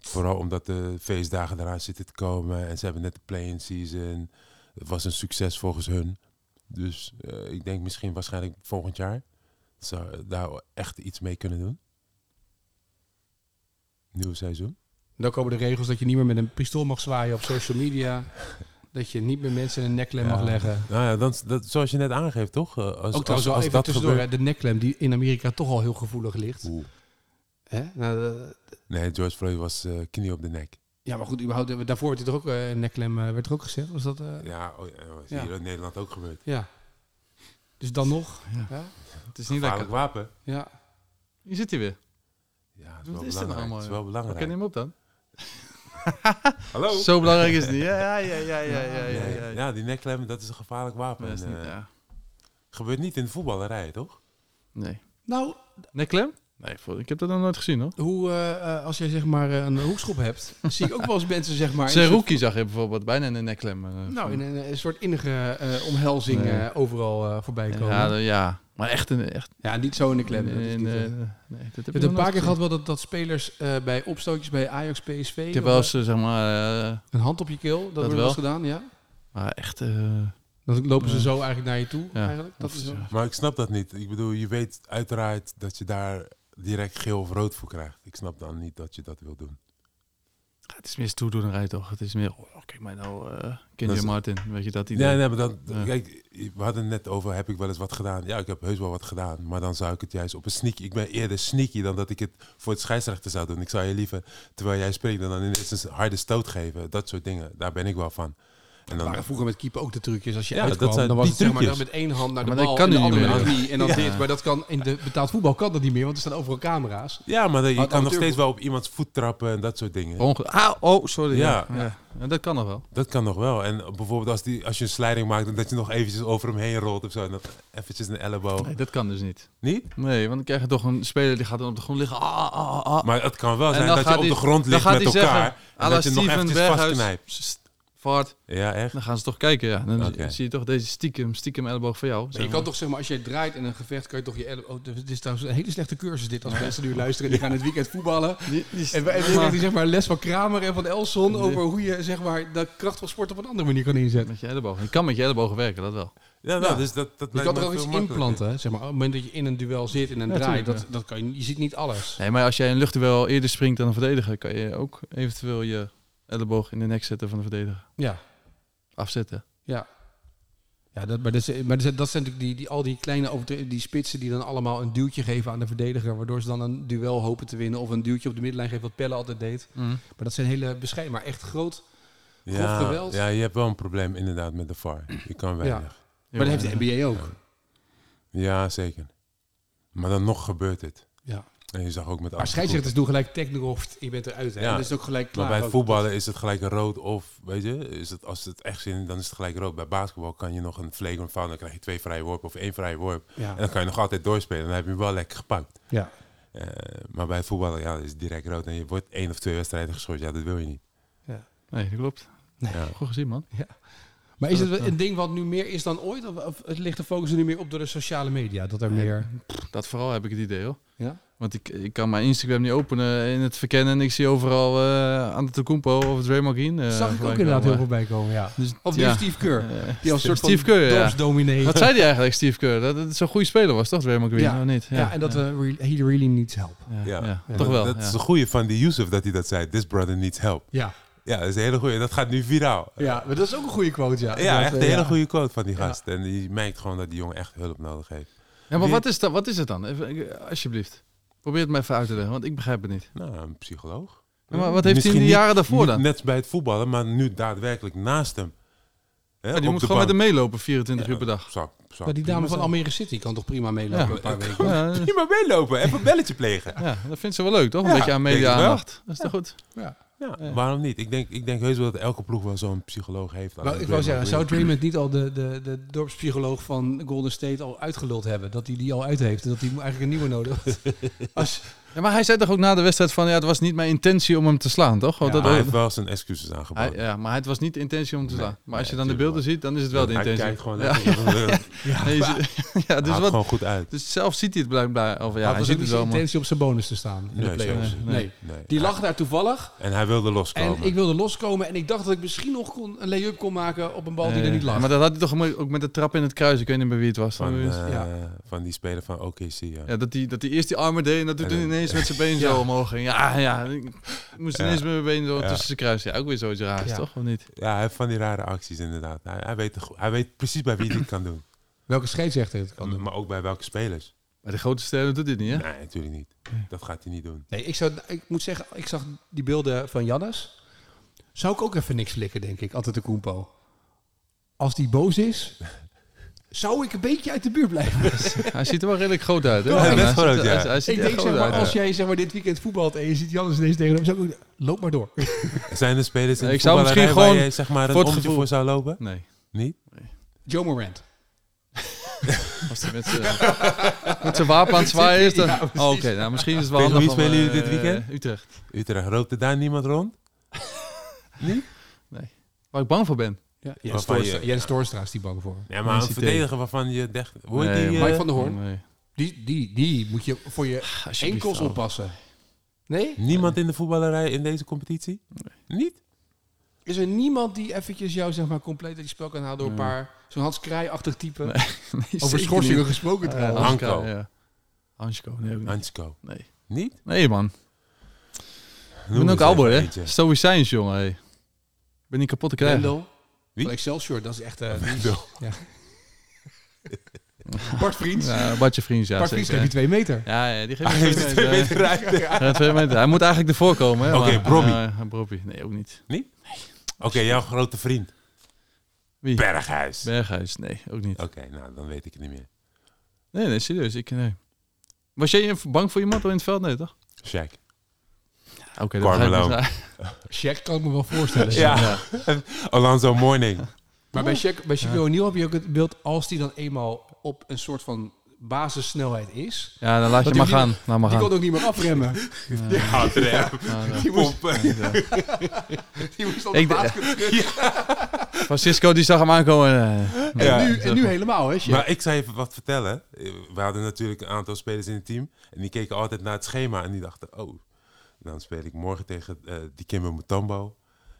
Speaker 3: Vooral omdat de feestdagen eraan zitten te komen en ze hebben net de play-in season. Het was een succes volgens hun. Dus eh, ik denk misschien waarschijnlijk volgend jaar zou daar echt iets mee kunnen doen. Nieuw seizoen.
Speaker 2: Dan komen de regels dat je niet meer met een pistool mag zwaaien op social media. dat je niet meer mensen een nekklem mag
Speaker 3: Ja.
Speaker 2: leggen.
Speaker 3: Nou ja, dan, dat, zoals je net aangeeft, toch? Eh, Als,
Speaker 2: Ook trouwens wel even
Speaker 3: dat
Speaker 2: tussendoor,
Speaker 3: gebeurt-
Speaker 2: hè, de nekklem die in Amerika toch al heel gevoelig ligt.
Speaker 3: Oeh.
Speaker 2: Hè? Nou, de-
Speaker 3: Nee, George Floyd was eh, knie op de nek.
Speaker 2: ja, maar goed, überhaupt, daarvoor werd hij toch ook eh, een nekklem eh, werd er ook gezet. Was dat, eh, ja.
Speaker 3: Ja, oh, ja, dat is
Speaker 2: Ja.
Speaker 3: hier in Nederland ook gebeurd.
Speaker 2: Dus dan nog. Ja. Ja.
Speaker 4: Het is niet lekker.
Speaker 3: Gevaarlijk wapen.
Speaker 4: Hier zit hij weer.
Speaker 3: Ja, het is
Speaker 4: Wat
Speaker 3: wel
Speaker 4: is dit nou
Speaker 3: belangrijk.
Speaker 4: allemaal,
Speaker 3: het is
Speaker 4: joh?
Speaker 3: wel belangrijk.
Speaker 4: Ken je hem op dan?
Speaker 3: Hallo?
Speaker 4: Zo belangrijk is het niet. Ja, ja, ja, ja, ja, ja, ja.
Speaker 3: Nee,
Speaker 4: ja,
Speaker 3: Oh. ja, die nekklem, dat is een gevaarlijk wapen.
Speaker 4: Oh, Nee, dat is niet,
Speaker 3: En, eh,
Speaker 4: ja.
Speaker 3: Gebeurt niet in de voetballerij, toch?
Speaker 4: Nee.
Speaker 2: Nou,
Speaker 4: Nekklem? Nee, voor- ik heb dat nog nooit gezien hoor.
Speaker 2: hoe, eh, eh, als jij zeg maar eh, een hoekschop hebt, zie ik ook wel eens mensen zeg maar... in een soort-
Speaker 4: Seruki zag je bijvoorbeeld bijna in de nekklem. eh, van-
Speaker 2: Nou, in een, eh, soort innige eh, omhelzing
Speaker 4: Nee.
Speaker 2: eh, overal eh, voorbij komen.
Speaker 4: ja,
Speaker 2: Ja,
Speaker 4: dan- ja, maar echt een echt.
Speaker 2: niet zo in de klem.
Speaker 4: in-
Speaker 2: dat is
Speaker 4: in,
Speaker 2: niet, eh.
Speaker 4: eh, nee, dat
Speaker 2: Ik heb
Speaker 4: heb ik nog
Speaker 2: een
Speaker 4: nooit
Speaker 2: paar keer
Speaker 4: gezien.
Speaker 2: gehad wel dat, dat spelers eh, bij opstootjes bij Ajax, PSV...
Speaker 4: Ik heb
Speaker 2: of,
Speaker 4: wel
Speaker 2: eh,
Speaker 4: eens eh, zeg maar, eh,
Speaker 2: een hand op je keel, dat,
Speaker 4: Dat
Speaker 2: wordt wel
Speaker 4: wel.
Speaker 2: eens gedaan, ja.
Speaker 4: maar echt. eh,
Speaker 2: Dan lopen ze
Speaker 4: Ja.
Speaker 2: zo eigenlijk naar je toe,
Speaker 4: Ja.
Speaker 2: eigenlijk. Dat is wel-
Speaker 3: Maar ik snap dat niet. Ik bedoel, je weet uiteraard dat je daar direct geel of rood voor krijgt. Ik snap dan niet dat je dat wil doen.
Speaker 4: het is meer stoerdoenerij toch? Het is meer. Oh, kijk mij nou, eh Kenji
Speaker 3: Dat is-
Speaker 4: Martin, weet je dat idee?
Speaker 3: Nee, nee, maar dan,
Speaker 4: Ja.
Speaker 3: kijk, we hadden het net over, heb ik wel eens wat gedaan? Ja, ik heb heus wel wat gedaan, maar dan zou ik het juist op een sneaky... Ik ben eerder sneaky dan dat ik het voor het scheidsrechter zou doen. Ik zou je liever, terwijl jij spreekt, dan ineens een harde stoot geven. Dat soort dingen, daar ben ik wel van. En
Speaker 2: Er
Speaker 3: dan,
Speaker 2: waren vroeger met keeper ook de trucjes. Als je
Speaker 3: Ja,
Speaker 2: uitkwam,
Speaker 3: dat zijn
Speaker 2: dan was
Speaker 3: die
Speaker 2: het zeg maar, dan
Speaker 3: trucjes.
Speaker 2: met één hand naar de
Speaker 4: Maar dat
Speaker 2: bal
Speaker 4: kan
Speaker 2: en de
Speaker 4: nu niet
Speaker 2: andere
Speaker 4: meer,
Speaker 2: naar de
Speaker 4: hè?
Speaker 2: knie. En dan
Speaker 4: Ja.
Speaker 2: dit. Maar dat kan in de betaald voetbal kan dat niet meer, want er staan overal camera's.
Speaker 3: ja, maar
Speaker 2: Maar
Speaker 3: je kan nog
Speaker 2: amateur-
Speaker 3: steeds wel op iemands voet trappen en dat soort dingen.
Speaker 4: Onge- ah, oh, sorry. Ja.
Speaker 3: Ja.
Speaker 4: Ja. Ja, Dat kan nog wel.
Speaker 3: Dat kan nog wel. En bijvoorbeeld als, die, als je een slijding maakt en dat je nog eventjes over hem heen rolt of zo. En dan eventjes een elleboog.
Speaker 4: Nee, dat kan dus niet.
Speaker 3: Niet?
Speaker 4: Nee, want dan krijg je toch een speler die gaat dan op de grond liggen. Ah, ah, ah.
Speaker 3: Maar het kan wel
Speaker 4: En
Speaker 3: zijn
Speaker 4: dan
Speaker 3: dat je
Speaker 4: gaat
Speaker 3: op de
Speaker 4: die-
Speaker 3: grond
Speaker 4: dan
Speaker 3: ligt
Speaker 4: gaat
Speaker 3: met
Speaker 4: hij zeggen,
Speaker 3: elkaar. en
Speaker 4: à la
Speaker 3: dat je nog
Speaker 4: Steven
Speaker 3: eventjes
Speaker 4: Berghuis, Nou,
Speaker 3: vastknijpt.
Speaker 4: s- vaart.
Speaker 3: Ja, echt.
Speaker 4: Dan gaan ze toch kijken, ja. Dan
Speaker 3: Oké.
Speaker 4: zie je toch deze stiekem, stiekem elleboog van jou.
Speaker 2: Maar je
Speaker 4: zeg
Speaker 2: kan
Speaker 4: maar.
Speaker 2: toch zeg maar, als jij draait in een gevecht, kan je toch je elleboog... Oh, dit is trouwens een hele slechte cursus dit, als mensen nu luisteren. Die gaan het weekend voetballen.
Speaker 4: Die- die is-
Speaker 2: En we en we
Speaker 4: maar-
Speaker 2: krijgen die, zeg maar les van Kramer en van Elson over hoe je zeg maar, de kracht van sport op een andere manier kan inzetten.
Speaker 4: Met je elleboog. Je kan met je elleboog werken, dat wel.
Speaker 3: Ja, nou,
Speaker 2: Ja.
Speaker 3: dus dat, dat
Speaker 2: Je
Speaker 3: lijkt
Speaker 2: kan
Speaker 3: me
Speaker 2: er ook iets
Speaker 3: veel makkelijker.
Speaker 2: implanten. hè. Zeg maar, op het moment dat je in een duel zit en een
Speaker 4: Ja,
Speaker 2: draai,
Speaker 4: tuurlijk,
Speaker 2: dat, dat kan je, je ziet niet alles.
Speaker 4: Nee, maar als jij in luchtduel eerder springt dan een verdediger, kan je ook eventueel je elleboog in de nek zetten van de verdediger.
Speaker 2: Ja,
Speaker 4: Afzetten.
Speaker 2: ja. ja dat, maar dat, is- maar dat zijn dat zijn natuurlijk die, die, al die kleine overtre- die spitsen die dan allemaal een duwtje geven aan de verdediger, waardoor ze dan een duel hopen te winnen of een duwtje op de middenlijn geven, wat Pelle altijd deed.
Speaker 3: Mhm.
Speaker 2: Maar dat zijn hele bescheiden, maar echt groot.
Speaker 3: Ja,
Speaker 2: Grof geweld.
Speaker 3: Ja, je hebt wel een probleem inderdaad met de VAR. Je kan weinig.
Speaker 2: Maar dat heeft de NBA ook.
Speaker 3: Ja, zeker. Maar dan nog gebeurt het.
Speaker 2: Ja.
Speaker 3: En je zag ook met
Speaker 2: Maar
Speaker 3: andere
Speaker 2: scheidsrechters doen gelijk technical of je bent eruit. Hè?
Speaker 3: Ja.
Speaker 2: En dat is het ook gelijk klaar.
Speaker 3: maar bij
Speaker 2: ook.
Speaker 3: voetballen is het gelijk rood of, weet je, is het, als het echt zin dan is het gelijk rood. Bij basketbal kan je nog een flagrant foul, dan krijg je twee vrije worpen of één vrije worp.
Speaker 2: Ja.
Speaker 3: En dan kan je nog altijd doorspelen, dan heb je hem wel lekker gepakt.
Speaker 2: Ja.
Speaker 3: Eh, maar bij voetballen, ja, is het direct rood en je wordt één of twee wedstrijden geschorst. Ja, dat wil je niet.
Speaker 4: Nee, dat klopt.
Speaker 2: Nee.
Speaker 3: Ja.
Speaker 4: Goed gezien, man.
Speaker 2: Maar is het
Speaker 4: Dat,
Speaker 2: wel een ding wat nu meer is dan ooit? Of, of het ligt de focus er nu meer op door de sociale media? Dat er
Speaker 4: Nee.
Speaker 2: meer...
Speaker 4: Dat vooral heb ik het idee, hoor.
Speaker 2: Ja?
Speaker 4: Want ik, ik kan mijn Instagram niet openen in het verkennen en ik zie overal eh Antetokounmpo of Draymond Green. eh,
Speaker 2: Zag ik ook
Speaker 4: voorbij
Speaker 2: inderdaad heel
Speaker 4: komen.
Speaker 2: veel bij komen, ja.
Speaker 4: Dus,
Speaker 2: Of die
Speaker 4: ja.
Speaker 2: Steve Kerr.
Speaker 4: Eh,
Speaker 2: Die als een soort van
Speaker 4: Steve Kerr, ja.
Speaker 2: dorpsdominee.
Speaker 4: Wat zei hij eigenlijk, Steve Kerr? Dat het zo'n goede speler was, toch, Draymond Green?
Speaker 2: Ja.
Speaker 4: Of niet?
Speaker 2: ja, en dat
Speaker 4: Ja.
Speaker 2: we re- he really needs help.
Speaker 4: Ja,
Speaker 3: Ja.
Speaker 4: ja.
Speaker 2: Ja.
Speaker 4: toch wel.
Speaker 3: dat
Speaker 4: ja.
Speaker 3: is de goeie van die Yusuf, dat hij dat zei. This brother needs help.
Speaker 2: Ja,
Speaker 3: Ja, dat is een hele goeie. Dat gaat nu viraal.
Speaker 2: ja maar dat is ook een goede quote, ja.
Speaker 3: Ja, echt een hele
Speaker 2: goede.
Speaker 3: goede quote van die
Speaker 2: Ja.
Speaker 3: gast. En die merkt gewoon dat die jongen echt hulp nodig heeft.
Speaker 4: Ja, maar wat is, dat, wat is het dan? Even, eh, alsjeblieft. Probeer het mij even uit te leggen, want ik begrijp het niet.
Speaker 3: Nou, een psycholoog.
Speaker 4: Ja, maar wat heeft
Speaker 3: Misschien
Speaker 4: hij in de
Speaker 3: niet-
Speaker 4: jaren daarvoor
Speaker 3: niet
Speaker 4: dan?
Speaker 3: Net bij het voetballen, maar nu daadwerkelijk naast hem. Hè,
Speaker 4: Ja, die
Speaker 3: op
Speaker 4: moet
Speaker 3: de
Speaker 4: gewoon met hem
Speaker 3: bank.
Speaker 4: meelopen 24 uur per dag.
Speaker 3: Zou- zou
Speaker 2: Maar die dame van
Speaker 3: prima
Speaker 2: Almere City kan toch prima meelopen
Speaker 4: Ja.
Speaker 2: een paar weken?
Speaker 4: Ja,
Speaker 3: zijn. Prima meelopen, even een belletje plegen.
Speaker 4: ja, dat vindt ze wel leuk, toch? Een
Speaker 3: Ja,
Speaker 4: beetje aan
Speaker 3: denk ik wel.
Speaker 4: media-aandacht. Dat is toch goed?
Speaker 3: Ja, Waarom niet? Ik denk, ik denk heus wel dat elke ploeg wel zo'n psycholoog heeft.
Speaker 2: Nou, ik wou
Speaker 3: was
Speaker 2: zeggen, zou Draymond niet al de, de, de dorpspsycholoog van Golden State al uitgeluld hebben? Dat hij die al uit heeft en dat hij eigenlijk een nieuwe nodig had? Als,
Speaker 4: Ja, maar hij zei toch ook na de wedstrijd van... Ja, het was niet mijn intentie om hem te slaan, toch? Want
Speaker 2: Ja.
Speaker 4: dat-
Speaker 3: Hij heeft wel zijn excuses aangeboden.
Speaker 4: hij- ja, maar het was niet de intentie om te slaan. maar als je dan de
Speaker 3: tuurlijk
Speaker 4: beelden ziet, dan is het wel de
Speaker 3: Hij
Speaker 4: intentie.
Speaker 3: kijkt gewoon
Speaker 4: ja,
Speaker 3: lekker. Dus Hij
Speaker 4: Nee, ze- ja, dus,
Speaker 3: haalt
Speaker 4: wat,
Speaker 3: gewoon goed uit.
Speaker 4: dus zelf ziet hij het blijkbaar. Of ja,
Speaker 2: Maar
Speaker 4: hij
Speaker 2: het was ook
Speaker 4: ziet
Speaker 2: dus niet
Speaker 4: het
Speaker 2: zijn
Speaker 4: wel, maar...
Speaker 2: intentie om zijn bonus te staan in de
Speaker 3: Nee,
Speaker 2: playoffs.
Speaker 3: zeker
Speaker 2: Nee.
Speaker 3: Nee.
Speaker 2: Die lag daar toevallig
Speaker 3: En hij wilde
Speaker 2: en
Speaker 3: loskomen.
Speaker 2: ik wilde loskomen en ik dacht dat ik misschien nog kon, een lay-up kon maken op een bal die er
Speaker 4: Eh,
Speaker 2: niet lag.
Speaker 4: Maar dat had hij toch ook- ook met de trap in het kruis. Ik weet niet meer wie het was.
Speaker 3: van, eh,
Speaker 2: ja.
Speaker 3: van die speler van OKC. Ja.
Speaker 4: Ja, dat hij dat die eerst die armen deed en dat hij
Speaker 3: En
Speaker 4: toen
Speaker 3: dan-
Speaker 4: ineens met zijn been
Speaker 2: Ja.
Speaker 4: zo omhoog ging. Ja, ja. Ik moest
Speaker 3: Ja.
Speaker 4: ineens met mijn been zo
Speaker 3: Ja.
Speaker 4: tussen zijn kruis. Ja, ook weer zoiets raars,
Speaker 2: Ja.
Speaker 4: toch? Of niet?
Speaker 3: Ja, hij heeft van die rare acties inderdaad. Hij, hij, weet, go- hij weet precies bij wie hij het kan doen.
Speaker 2: Welke scheidsrechter het
Speaker 4: Mm.
Speaker 2: kan doen.
Speaker 3: Maar ook bij welke spelers.
Speaker 4: Bij de grote sterren doet dit niet, hè?
Speaker 3: Nee, natuurlijk niet. Dat gaat hij niet doen.
Speaker 2: Nee, ik, zou, ik moet zeggen, ik zag die beelden van Jannes. Zou ik ook even niks flikken, denk ik, altijd de Koempo. Als die boos is, zou ik een beetje uit de buurt blijven.
Speaker 4: Hij ziet er wel redelijk groot uit, hè?
Speaker 3: Ja, hij is
Speaker 4: hij
Speaker 3: best groot,
Speaker 4: ziet er- hij-
Speaker 3: ja.
Speaker 4: hij ziet
Speaker 2: Ik
Speaker 4: er echt
Speaker 2: denk, zeg
Speaker 4: groot
Speaker 2: maar,
Speaker 4: uit.
Speaker 2: als jij zeg maar, dit weekend voetbalt en je ziet Jannes ineens tegen hem, zou ik ook- loop maar door.
Speaker 3: Zijn er spelers in
Speaker 4: Nee,
Speaker 3: de
Speaker 4: ik zou
Speaker 3: voetballerij
Speaker 4: misschien
Speaker 3: waar
Speaker 4: gewoon
Speaker 3: jij, zeg maar, een
Speaker 4: voor het
Speaker 3: omtje
Speaker 4: gevoel-
Speaker 3: voor zou lopen?
Speaker 4: Nee.
Speaker 3: Niet?
Speaker 2: Joe Morant.
Speaker 4: Als hij met zijn met zijn wapen aan het zwaaien is, dan...
Speaker 2: Ja,
Speaker 4: Oh,
Speaker 2: precies.
Speaker 4: Oké, nou, misschien is het wel
Speaker 3: Tegen
Speaker 4: handig
Speaker 3: wie
Speaker 4: om,
Speaker 3: spelen
Speaker 4: eh,
Speaker 3: jullie dit weekend?
Speaker 4: Utrecht.
Speaker 3: Utrecht, rookt er daar niemand rond?
Speaker 4: Waar ik bang voor ben.
Speaker 2: Ja,
Speaker 3: Waarvan
Speaker 2: Jens Toornstra,
Speaker 3: je-
Speaker 2: Jens Toornstra is die bang voor.
Speaker 3: Ja,
Speaker 4: Nee,
Speaker 3: maar een
Speaker 4: Cité.
Speaker 3: verdediger waarvan je dacht... Hoe heet
Speaker 4: Nee,
Speaker 3: die?
Speaker 4: maar-
Speaker 2: Mike
Speaker 3: eh,
Speaker 2: van der Hoorn,
Speaker 4: Nee.
Speaker 2: die, die, die moet je voor je
Speaker 4: Ah, Alsjeblieft,
Speaker 2: enkels
Speaker 4: ouwe.
Speaker 2: oppassen. Nee?
Speaker 3: Niemand in de voetballerij in deze competitie? Niet?
Speaker 2: Is er niemand die eventjes jou zeg maar, compleet uit je spel kan halen door een
Speaker 4: Nee.
Speaker 2: paar... Zo'n Hans Kraai-achtig type.
Speaker 4: Nee, Nee,
Speaker 2: Over
Speaker 4: zeker
Speaker 2: schorsingen
Speaker 4: niet.
Speaker 2: gesproken
Speaker 4: Eh,
Speaker 2: trouwens.
Speaker 4: Hansko.
Speaker 3: Hanko.
Speaker 4: ja. Hansko, nee, ook niet.
Speaker 3: Hansko.
Speaker 4: Nee.
Speaker 3: Niet?
Speaker 4: Nee, man. Ik
Speaker 3: Noem
Speaker 4: ben ook
Speaker 3: eens
Speaker 4: Albor,
Speaker 3: even
Speaker 4: hè?
Speaker 3: eentje.
Speaker 4: Stoïcijns, jongen. Hey. Ben niet kapot te krijgen.
Speaker 2: Wendel.
Speaker 3: Wie?
Speaker 2: Van Excelsior, dat is echt... eh, die-
Speaker 3: Wendel.
Speaker 2: Ja. Bart Vriends.
Speaker 4: Ja, Bartje Vriends, ja.
Speaker 2: Bart Vriends
Speaker 4: zeker,
Speaker 2: geeft je twee meter.
Speaker 4: hè. ja, ja, die geeft
Speaker 3: Hij
Speaker 4: me
Speaker 3: heeft
Speaker 4: twee
Speaker 3: het
Speaker 4: meter,
Speaker 3: twee meter uit.
Speaker 4: hè. Ja, twee meter. Hij moet eigenlijk ervoor komen. hè,
Speaker 3: Oké,
Speaker 4: maar-
Speaker 3: Brobby.
Speaker 4: Ja, Brobby. Nee, ook niet.
Speaker 3: Oké, jouw grote vriend.
Speaker 4: Wie?
Speaker 3: Berghuis.
Speaker 4: Berghuis? Nee, ook niet.
Speaker 3: Oké, nou, dan weet ik het niet meer.
Speaker 4: Nee, nee, serieus. Ik, nee. Was jij bang voor iemand al in het veld? Nee, toch?
Speaker 3: Shaq.
Speaker 4: Oké, dat
Speaker 3: Carmelo.
Speaker 4: begrijp ik niet.
Speaker 2: Shaq kan ik me wel voorstellen.
Speaker 3: Ja. Alonso Morning.
Speaker 2: Maar bij Shaq, bij Shaquille O'Neal heb je ook het beeld... als die dan eenmaal op een soort van basissnelheid is...
Speaker 4: Ja, dan laat je
Speaker 2: Dat
Speaker 4: maar
Speaker 2: die-
Speaker 4: gaan. Laat maar
Speaker 2: die
Speaker 4: gaan.
Speaker 2: kon ook niet meer afremmen.
Speaker 3: Ja, houdt er echt
Speaker 4: Ja, ja.
Speaker 2: Die moest,
Speaker 3: op.
Speaker 2: die moest op de
Speaker 4: Ik d-
Speaker 2: baas kunnen drukken.
Speaker 4: Francisco die zag hem aankomen. eh,
Speaker 3: Ja.
Speaker 2: En nu, en nu helemaal, hè, Shaq.
Speaker 3: Maar ik zou even wat vertellen. Eh, We hadden natuurlijk een aantal spelers in het team. En die keken altijd naar het schema. En die dachten, oh, dan speel ik morgen tegen eh die Kimber Mutombo.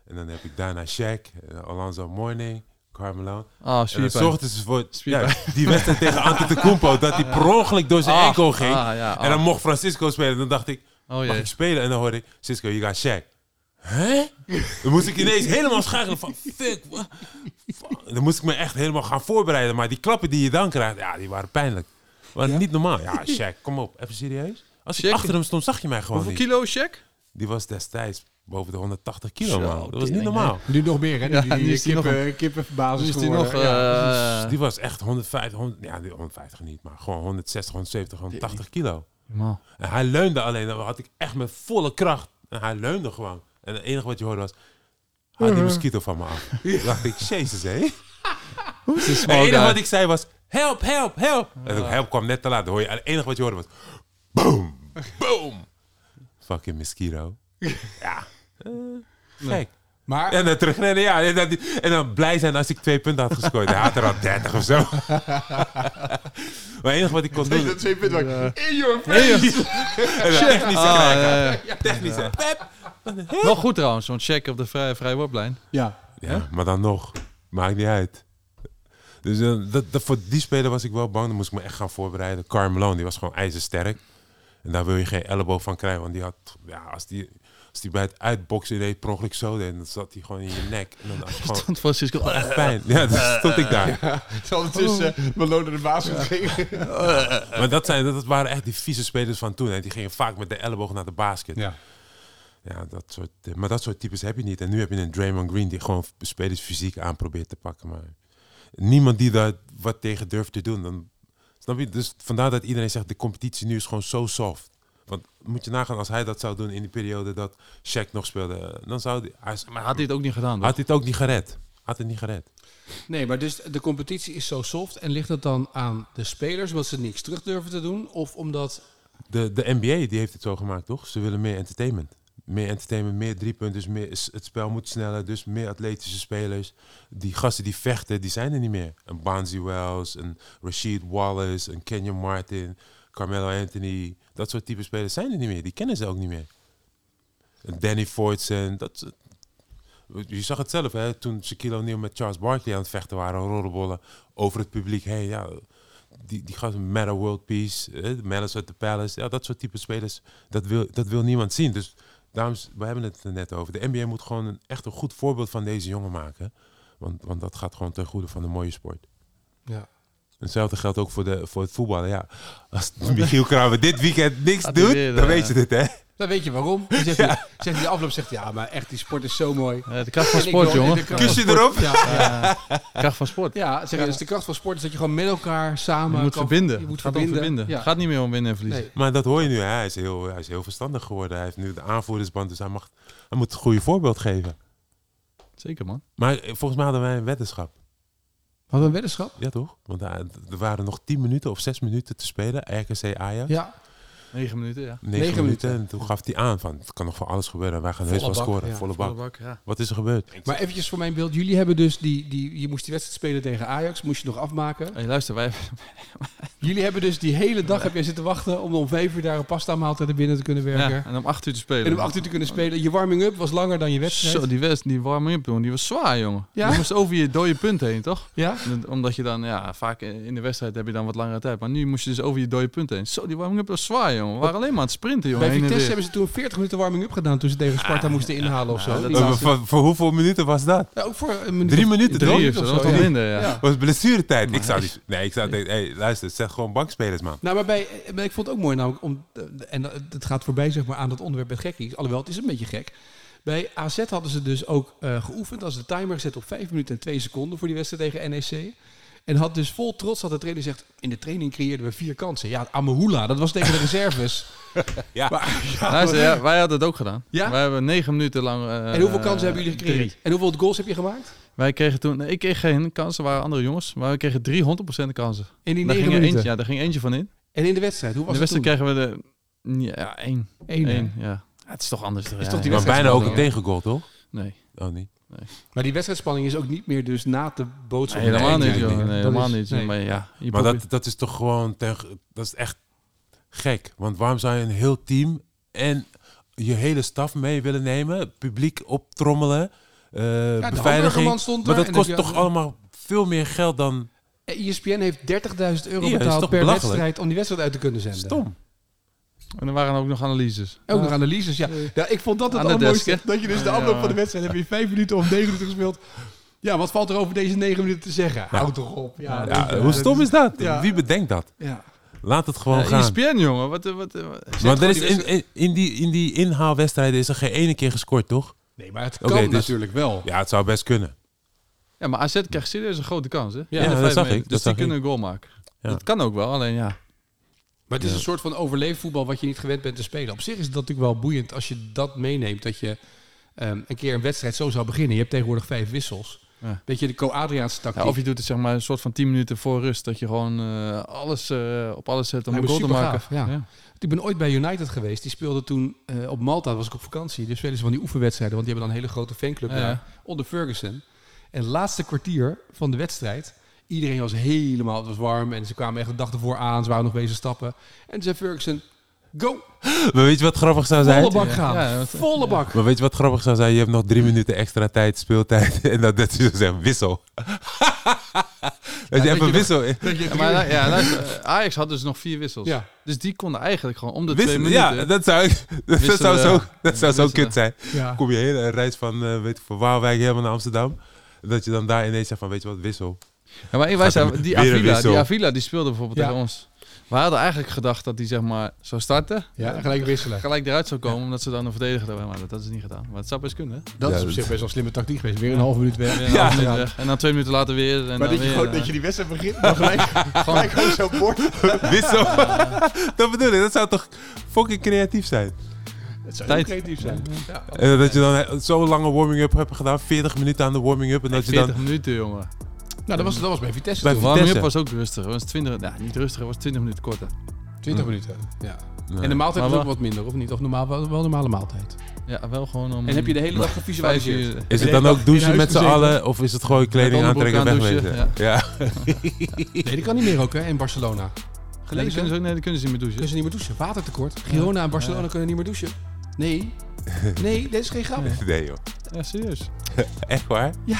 Speaker 3: En dan heb ik daarna Shaq, eh, Alonso Morning, Carmelo.
Speaker 4: Ah,
Speaker 3: En dan
Speaker 4: super.
Speaker 3: zorgden ze voor ja, die wedstrijd tegen Antetokounmpo. Dat hij per ongeluk door zijn
Speaker 4: Ah,
Speaker 3: enkel ging.
Speaker 4: ah, ja,
Speaker 3: En dan
Speaker 4: ah.
Speaker 3: mocht Francisco spelen. Dan dacht ik,
Speaker 4: Oh
Speaker 3: mag
Speaker 4: jee.
Speaker 3: ik spelen? En dan hoorde ik, Cisco, je gaat Shaq. Hè? Dan moest ik ineens helemaal schakelen van, fuck, wa- fuck. Dan moest ik me echt helemaal gaan voorbereiden. Maar die klappen die je dan krijgt, ja, die waren pijnlijk. Maar niet normaal. Ja, Shaq, kom op. Even serieus? Als ik
Speaker 4: Shaq-
Speaker 3: achter hem stond, zag je mij gewoon
Speaker 4: Hoeveel
Speaker 3: niet.
Speaker 4: kilo, check?
Speaker 3: Die was destijds boven de 180 kilo,
Speaker 4: Zo,
Speaker 3: man. Dat was niet
Speaker 4: tering,
Speaker 3: normaal.
Speaker 2: Nu nog meer, hè? Nu,
Speaker 4: Ja,
Speaker 2: die,
Speaker 4: nu is die nog
Speaker 2: kippen, kippenbasis
Speaker 4: Dus is die
Speaker 2: geworden.
Speaker 4: nog...
Speaker 2: Ja.
Speaker 4: eh,
Speaker 3: Dus Die was echt 150, 100, ja, die 150 niet, maar gewoon 160, 170, 180 kilo.
Speaker 4: man.
Speaker 3: En hij leunde alleen. Dan had ik echt met volle kracht. En hij leunde gewoon. En het enige wat je hoorde was... Haal die mosquito van me af. Toen dacht ik, jezus hé.
Speaker 4: Het is
Speaker 3: En het
Speaker 4: small
Speaker 3: enige
Speaker 4: guy.
Speaker 3: wat ik zei was... Help, help, help. En ook help kwam net te laat. dan Hoor je, en het enige wat je hoorde was... Boom, boom. Fucking mosquito. Ja. Eh, gek.
Speaker 2: Maar
Speaker 3: En dan terugrennen, ja. En dan, en dan blij zijn als ik twee punten had gescoord. Hij had er al 30 of zo. maar het enige wat ik kon doen...
Speaker 2: twee punten. In your
Speaker 3: En dan technische
Speaker 4: Ah,
Speaker 3: krijgen.
Speaker 4: ja, ja.
Speaker 3: Technische. Pep.
Speaker 4: Wel goed trouwens, zo'n check op de vrije, vrije worplijn.
Speaker 2: Ja.
Speaker 3: Ja, maar dan nog. Maakt niet uit. Dus eh, dat, dat, voor die speler was ik wel bang. Dan moest ik me echt gaan voorbereiden. Carmelo, die was gewoon ijzersterk. En daar wil je geen elleboog van krijgen. Want die had, ja, als die, als die bij het uitboksen deed, per ongeluk zo deed, dan zat hij gewoon in je nek. En dan had je gewoon
Speaker 4: Stond Francisco... Ah,
Speaker 3: echt pijn. Ja, dan stond ik daar.
Speaker 2: Het is Malone de baas gekregen.
Speaker 3: Maar dat, zijn, dat waren echt die vieze spelers van toen. Hè. Die gingen vaak met de elleboog naar de basket.
Speaker 2: Ja.
Speaker 3: Ja, dat soort, eh, maar dat soort types heb je niet. En nu heb je een Draymond Green die gewoon spelers fysiek aan probeert te pakken. Maar niemand die daar wat tegen durft te doen. Dan, snap je? Dus vandaar dat iedereen zegt, de competitie nu is gewoon zo soft. Want moet je nagaan, als hij dat zou doen in die periode dat Shaq nog speelde, eh, dan zou die, hij...
Speaker 4: Maar had hij het ook niet gedaan?
Speaker 3: Had hij het ook niet gered. Had het niet gered.
Speaker 2: Nee, maar dus de competitie is zo soft. En ligt dat dan aan de spelers, omdat ze niks terug durven te doen? Of omdat...
Speaker 3: De, de NBA die heeft het zo gemaakt, toch? Ze willen meer entertainment. Meer entertainment, meer driepunten. Dus meer, s- het spel moet sneller. Dus meer atletische spelers. Die gasten die vechten, die zijn er niet meer. Een Bonzi Wells, een Rashid Wallace, een Kenyon Martin, Carmelo Anthony. Dat soort type spelers zijn er niet meer. Die kennen ze ook niet meer. Een Danny Fortson. Dat, soort- je zag het zelf, hè? Toen Shaquille O'Neal met Charles Barkley aan het vechten waren. Rollenbollen over het publiek heen. Ja, die, die gasten, Matter World Peace, eh, de Malice at the Palace, ja, dat soort type spelers, dat wil, dat wil niemand zien. Dus dames, we hebben het er net over. De NBA moet gewoon een, echt een goed voorbeeld van deze jongen maken. Want, want dat gaat gewoon ten goede van de mooie sport.
Speaker 2: Ja.
Speaker 3: Hetzelfde geldt ook voor, de, voor het voetballen. Ja, als Michiel Kramer dit weekend niks
Speaker 4: Gaat hij
Speaker 3: doet,
Speaker 4: weer,
Speaker 3: dan
Speaker 4: eh,
Speaker 3: weet je dit, hè?
Speaker 2: Dan Nou, weet je waarom. Dan zegt, hij, zegt hij de afloop, zegt hij, ja, maar echt, die sport is zo mooi.
Speaker 4: Eh, de kracht van
Speaker 2: En ik
Speaker 4: sport,
Speaker 2: wil-
Speaker 4: jongen.
Speaker 2: de kracht
Speaker 3: Kus
Speaker 2: van
Speaker 3: je
Speaker 2: sport-
Speaker 3: erop?
Speaker 2: Ja, ja.
Speaker 4: De kracht van sport.
Speaker 2: Ja, zeg, dus de kracht van sport is dat je gewoon met elkaar samen...
Speaker 4: Je moet
Speaker 2: kan-
Speaker 4: verbinden.
Speaker 2: Je moet
Speaker 4: het gaat om
Speaker 2: verbinden.
Speaker 4: verbinden.
Speaker 2: Ja.
Speaker 4: Het gaat niet meer om winnen en verliezen.
Speaker 2: Nee.
Speaker 3: Maar dat hoor je nu. hè. Hij is heel, hij is heel verstandig geworden. Hij heeft nu de aanvoerdersband, dus hij, mag, hij moet het goede voorbeeld geven.
Speaker 4: Zeker, man.
Speaker 3: Maar eh, volgens mij hadden wij een weddenschap.
Speaker 2: Wat een weddenschap.
Speaker 3: Ja, toch? Want daar- er waren nog 10 minuten of 6 minuten te spelen. RKC Ajax.
Speaker 2: Ja.
Speaker 4: 9 minuten, ja.
Speaker 3: 9
Speaker 2: Negen
Speaker 3: minuten. En toen gaf hij aan van, het kan nog van alles gebeuren. Wij gaan heus wel
Speaker 2: bak,
Speaker 3: scoren.
Speaker 2: ja.
Speaker 3: Volle bak.
Speaker 4: ja.
Speaker 3: Wat is er gebeurd?
Speaker 2: Maar eventjes voor mijn beeld. Jullie hebben dus die, die... Je moest die wedstrijd spelen tegen Ajax. Moest je nog afmaken.
Speaker 4: Hey, luister, wij,
Speaker 2: Jullie hebben dus die hele dag heb jij zitten wachten om om vijf uur daar een pasta maaltijd er binnen te kunnen werken.
Speaker 4: ja, en om 8 uur te spelen.
Speaker 2: En om acht uur te kunnen spelen. Je warming-up was langer dan je wedstrijd.
Speaker 4: Zo, die, west, die warming-up, jongen, die was zwaar, jongen.
Speaker 2: Ja?
Speaker 4: Je moest over je dode punt heen, toch?
Speaker 2: Ja?
Speaker 4: En Omdat je dan, ja, vaak in de wedstrijd heb je dan wat langere tijd. Maar nu moest je dus over je dode punt heen. Zo, die warming-up was zwaar, jongen. We waren alleen maar aan het sprinten, jongen.
Speaker 2: Bij
Speaker 4: heen en
Speaker 2: Vitesse
Speaker 4: weer.
Speaker 2: hebben ze toen 40 minuten warming-up gedaan toen ze tegen Sparta moesten inhalen of zo.
Speaker 4: Nou, dat
Speaker 2: Die
Speaker 4: is-
Speaker 3: Eh,
Speaker 2: laatste-
Speaker 3: voor, voor hoeveel minuten was dat?
Speaker 2: Ja, ook voor een minuut.
Speaker 3: Drie minuten,
Speaker 4: Drie
Speaker 3: toch?
Speaker 4: of zo, dat was
Speaker 2: ja.
Speaker 4: minder, ja.
Speaker 2: Ja.
Speaker 3: was blessuretijd. Ik zou niet... Nee, ik zou denken, hey, luister, het zijn gewoon bankspelers, man.
Speaker 2: Nou, maar, bij, maar ik vond het ook mooi namelijk om... eh, En het gaat voorbij zeg maar aan dat onderwerp met gekkies. Alhoewel, het is een beetje gek. Bij AZ hadden ze dus ook eh, geoefend als de timer gezet op 5 minuten en 2 seconden voor die wedstrijd tegen NEC. En had dus vol trots dat de trainer zegt, in de training creëerden we vier kansen. Ja, Amahula, dat was tegen de reserves.
Speaker 3: Ja.
Speaker 2: Maar-
Speaker 4: Luister, ja, wij hadden het ook gedaan.
Speaker 2: Ja?
Speaker 4: Wij hebben negen minuten lang... eh,
Speaker 2: en hoeveel kansen hebben jullie gecreëerd?
Speaker 4: drie.
Speaker 2: En hoeveel goals heb je gemaakt?
Speaker 4: Wij kregen toen... nee, ik kreeg geen kansen, waren andere jongens. Maar we kregen 300% kansen.
Speaker 2: In die negen
Speaker 4: Daar ging, er
Speaker 2: minuten?
Speaker 4: eentje, ja, daar ging eentje van in.
Speaker 2: En in de wedstrijd, hoe
Speaker 4: In
Speaker 2: was
Speaker 4: de
Speaker 2: het
Speaker 4: wedstrijd kregen we de... Ja, één.
Speaker 2: toen? Eén, hè?
Speaker 4: Eén, ja. Ja, Het is toch anders.
Speaker 2: Is toch die
Speaker 3: Maar
Speaker 2: wedstrijd
Speaker 3: bijna
Speaker 2: is
Speaker 3: ook
Speaker 2: wel
Speaker 3: een tegengoal, toch?
Speaker 4: Nee,
Speaker 3: Oh, niet.
Speaker 2: Maar die wedstrijdspanning is ook niet meer dus na de boodschap.
Speaker 4: Nee, helemaal
Speaker 2: Nee,
Speaker 4: niet,
Speaker 2: nee,
Speaker 4: joh.
Speaker 2: nee.
Speaker 4: Nee,
Speaker 2: Dat
Speaker 4: helemaal
Speaker 2: is-
Speaker 4: niet. joh.
Speaker 2: nee.
Speaker 4: Maar ja, je
Speaker 3: Maar
Speaker 4: probeert-
Speaker 3: dat, dat is toch gewoon... Tegen, dat is echt gek. Want waarom zou je een heel team en je hele staf mee willen nemen? Publiek optrommelen, eh
Speaker 2: de hamburgerman
Speaker 3: beveiliging.
Speaker 2: stond
Speaker 3: maar
Speaker 2: daar
Speaker 3: dat
Speaker 2: en
Speaker 3: kost
Speaker 2: dat je-
Speaker 3: toch allemaal veel meer geld dan
Speaker 2: ESPN heeft 30.000 euro
Speaker 3: Ja, is
Speaker 2: betaald
Speaker 3: toch
Speaker 2: per
Speaker 3: belachelijk?
Speaker 2: wedstrijd om die wedstrijd uit te kunnen zenden.
Speaker 3: stom.
Speaker 4: En er waren ook nog analyses.
Speaker 2: Ook nog analyses, ja. ja. Ik vond dat het
Speaker 4: Aan de
Speaker 2: allermooiste.
Speaker 4: desk,
Speaker 2: dat je dus de
Speaker 4: Ja.
Speaker 2: afloop van de wedstrijd heb je vijf minuten of negen minuten gespeeld. Ja, wat valt er over deze negen minuten te zeggen? Houd toch op. Ja,
Speaker 3: Nou. Ja,
Speaker 2: dat-
Speaker 3: hoe stom is dat?
Speaker 2: Ja.
Speaker 3: Wie bedenkt dat?
Speaker 2: Ja.
Speaker 3: Laat het gewoon
Speaker 4: Ja, E
Speaker 3: gaan.
Speaker 4: ESPN, jongen. Wat, eh, wat, eh, wat- zet
Speaker 3: Want er
Speaker 4: gewoon
Speaker 3: is
Speaker 4: die
Speaker 3: in, in, in die, in die inhaalwedstrijden is er geen ene keer gescoord, toch?
Speaker 2: Nee, maar het kan
Speaker 3: Oké, dus-
Speaker 2: natuurlijk wel.
Speaker 3: Ja, het zou best kunnen.
Speaker 4: Ja, maar AZ krijgt serieus een grote kans, hè? In de
Speaker 3: dat
Speaker 4: vijf
Speaker 3: zag
Speaker 4: meter.
Speaker 3: ik, dat
Speaker 4: Dus
Speaker 3: zag
Speaker 4: die kunnen een goal maken.
Speaker 3: Ja.
Speaker 4: Dat kan ook wel, alleen ja.
Speaker 2: Maar het is een soort van overleefvoetbal wat je niet gewend bent te spelen. Op zich is dat natuurlijk wel boeiend als je dat meeneemt. Dat je ehm, een keer een wedstrijd zo zou beginnen. Je hebt tegenwoordig vijf wissels.
Speaker 4: Ja.
Speaker 2: Weet je, de Co-Adriaanse tactiek.
Speaker 4: ja. Of je doet het zeg maar een soort van 10 minuten voor rust. Dat je gewoon eh, alles eh, op alles zet om
Speaker 2: Lijkt
Speaker 4: een
Speaker 2: me
Speaker 4: goal te maken.
Speaker 2: supergaaf, ja. Ik ben ooit bij United geweest. Die speelden toen eh, op Malta, was ik op vakantie. Dus spelen ze van die oefenwedstrijden, want die hebben dan een hele grote fanclub
Speaker 4: Ja.
Speaker 2: daar, onder Ferguson. En het laatste kwartier van de wedstrijd, iedereen was helemaal, het was warm en ze kwamen echt de dag ervoor aan. Ze waren nog bezig stappen. En toen zei Ferguson, go,
Speaker 3: Maar weet je wat grappig zou zijn?
Speaker 2: volle bak gaan,
Speaker 4: Ja, dat-
Speaker 2: volle bak.
Speaker 3: Maar weet je wat grappig zou zijn? Je hebt nog drie minuten extra tijd, speeltijd. En dat, dat ze zeggen, wissel. dat je
Speaker 4: je
Speaker 3: even
Speaker 4: nog-
Speaker 3: wissel...
Speaker 4: Ja, maar ja, luister, eh, Ajax had dus nog vier wissels.
Speaker 2: Ja.
Speaker 4: Dus die konden eigenlijk gewoon om de twee
Speaker 3: wissel
Speaker 4: minuten...
Speaker 3: ja, dat zou, ik- dat zou,
Speaker 4: Wisselen.
Speaker 3: zo, dat zou zo
Speaker 4: Wisselen.
Speaker 3: kut zijn.
Speaker 2: Ja.
Speaker 3: Kom je hele reis van, eh weet ik, van Waalwijk helemaal naar Amsterdam. Dat je dan daar ineens zegt van, weet je wat, wissel.
Speaker 4: Ja, maar wij zijn,
Speaker 3: Weer
Speaker 4: die,
Speaker 3: een
Speaker 4: Avila,
Speaker 3: wissel.
Speaker 4: die Avila die speelde bijvoorbeeld
Speaker 2: Ja.
Speaker 4: tegen ons. We hadden eigenlijk gedacht dat hij zeg maar zou starten.
Speaker 2: Ja, gelijk wisselen.
Speaker 4: Gelijk eruit zou komen, omdat ze dan een verdediger hebben. Maar dat, dat is niet gedaan. Maar het zou best kunnen. hè?
Speaker 2: Dat
Speaker 3: Ja,
Speaker 2: is op
Speaker 3: dat-
Speaker 2: zich best wel een slimme tactiek geweest. Weer een half minuut weg.
Speaker 4: Weer een half minuut weg. En dan twee minuten later weer. En dan weer, eh,
Speaker 2: die wedstrijd begint, dan gelijk, gelijk ook zo bord.
Speaker 3: Wissel. dat bedoel ik. Dat zou toch fucking creatief zijn.
Speaker 2: Het zou
Speaker 4: Tijd.
Speaker 2: creatief zijn. Ja.
Speaker 3: En dat je dan eh, zo'n lange warming-up hebt gedaan. 40 minuten aan de warming-up. En dat je
Speaker 4: 40
Speaker 3: dan...
Speaker 4: minuten, jongen.
Speaker 2: Nou, dat was, dat was bij Vitesse
Speaker 3: Bij
Speaker 2: toen.
Speaker 4: Warming-up
Speaker 3: Vitesse.
Speaker 4: was ook rustig. Was 20, nou, niet rustig, was 20 minuten korter.
Speaker 2: 20 minuten. Ja.
Speaker 3: Nee.
Speaker 2: En de maaltijd
Speaker 4: Maar
Speaker 2: was ook
Speaker 4: wa-
Speaker 2: wat minder, of niet? Of normaal, wel wel een normale maaltijd. Mm.
Speaker 4: Ja, wel gewoon om...
Speaker 2: En heb je de hele dag
Speaker 4: vijf
Speaker 2: gevisualiseerd?
Speaker 4: uur...
Speaker 3: Is
Speaker 2: de
Speaker 3: het dan
Speaker 2: hele
Speaker 3: ook
Speaker 2: dag in
Speaker 3: douchen
Speaker 2: huis
Speaker 3: met z'n
Speaker 2: gezeten.
Speaker 3: allen? Of is het gewoon kleding
Speaker 4: onderbroek
Speaker 3: aantrekken en
Speaker 4: aan
Speaker 3: wegwezen? Ja.
Speaker 4: douchen,
Speaker 2: Nee, die kan niet meer ook, hè, in Barcelona.
Speaker 4: Nee, dan
Speaker 2: Gelezen?
Speaker 4: kunnen ze, ook- nee, dan kunnen ze niet meer
Speaker 2: kunnen
Speaker 4: douchen.
Speaker 2: ze niet meer douchen. Watertekort. Girona en Barcelona
Speaker 4: Ja.
Speaker 2: kunnen niet meer douchen. Nee. Nee, dit is geen grap.
Speaker 3: Nee joh.
Speaker 4: Ja, serieus.
Speaker 3: Echt waar?
Speaker 2: Ja,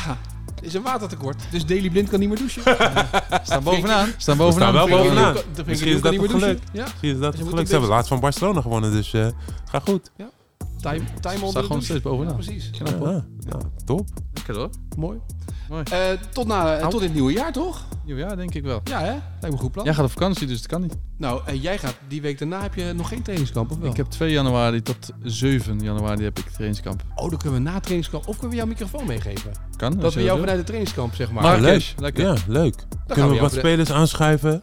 Speaker 2: er is een watertekort. Dus Daily Blind kan niet meer douchen. Frenkie
Speaker 4: Staan bovenaan. Staan
Speaker 3: We staan
Speaker 4: bovenaan.
Speaker 3: wel
Speaker 2: de Jong
Speaker 3: bovenaan.
Speaker 2: kan- de
Speaker 3: Misschien
Speaker 2: Frenkie de Jong
Speaker 3: is
Speaker 2: kan niet
Speaker 3: dat
Speaker 2: meer
Speaker 3: het geluk.
Speaker 2: douchen. Ja,
Speaker 3: Zie je dat?
Speaker 2: Ze moeten
Speaker 3: Gelukkig
Speaker 2: best-
Speaker 3: ze hebben laatst van Barcelona gewonnen, dus eh, ga goed.
Speaker 2: time, time onder de
Speaker 4: Staan gewoon
Speaker 2: douche.
Speaker 4: steeds bovenaan.
Speaker 2: Precies.
Speaker 3: Ja, nou, top.
Speaker 4: Lekker hoor.
Speaker 2: Mooi.
Speaker 4: Mooi.
Speaker 2: Eh, tot, na, eh, tot in het nieuwe jaar, toch?
Speaker 4: Ja, denk ik wel.
Speaker 2: Ja, hè? Lijkt me een goed plan.
Speaker 4: Jij gaat op vakantie, dus dat kan niet.
Speaker 2: Nou, en jij gaat die week daarna heb je nog geen trainingskamp, of wel?
Speaker 4: Ik heb 2 januari tot 7 januari heb ik trainingskamp.
Speaker 2: Oh, dan kunnen we na trainingskamp... Of kunnen we jouw microfoon meegeven?
Speaker 4: Kan?
Speaker 2: Dat
Speaker 4: als
Speaker 2: we
Speaker 4: je
Speaker 2: jou
Speaker 4: wil.
Speaker 2: vanuit het trainingskamp, zeg maar... Nou,
Speaker 4: Maar-
Speaker 3: leuk.
Speaker 4: Marrakesh, lekker.
Speaker 3: Ja, leuk.
Speaker 2: gaan
Speaker 3: Kunnen
Speaker 2: we
Speaker 3: we
Speaker 2: over
Speaker 3: wat
Speaker 2: de-
Speaker 3: spelers aanschuiven?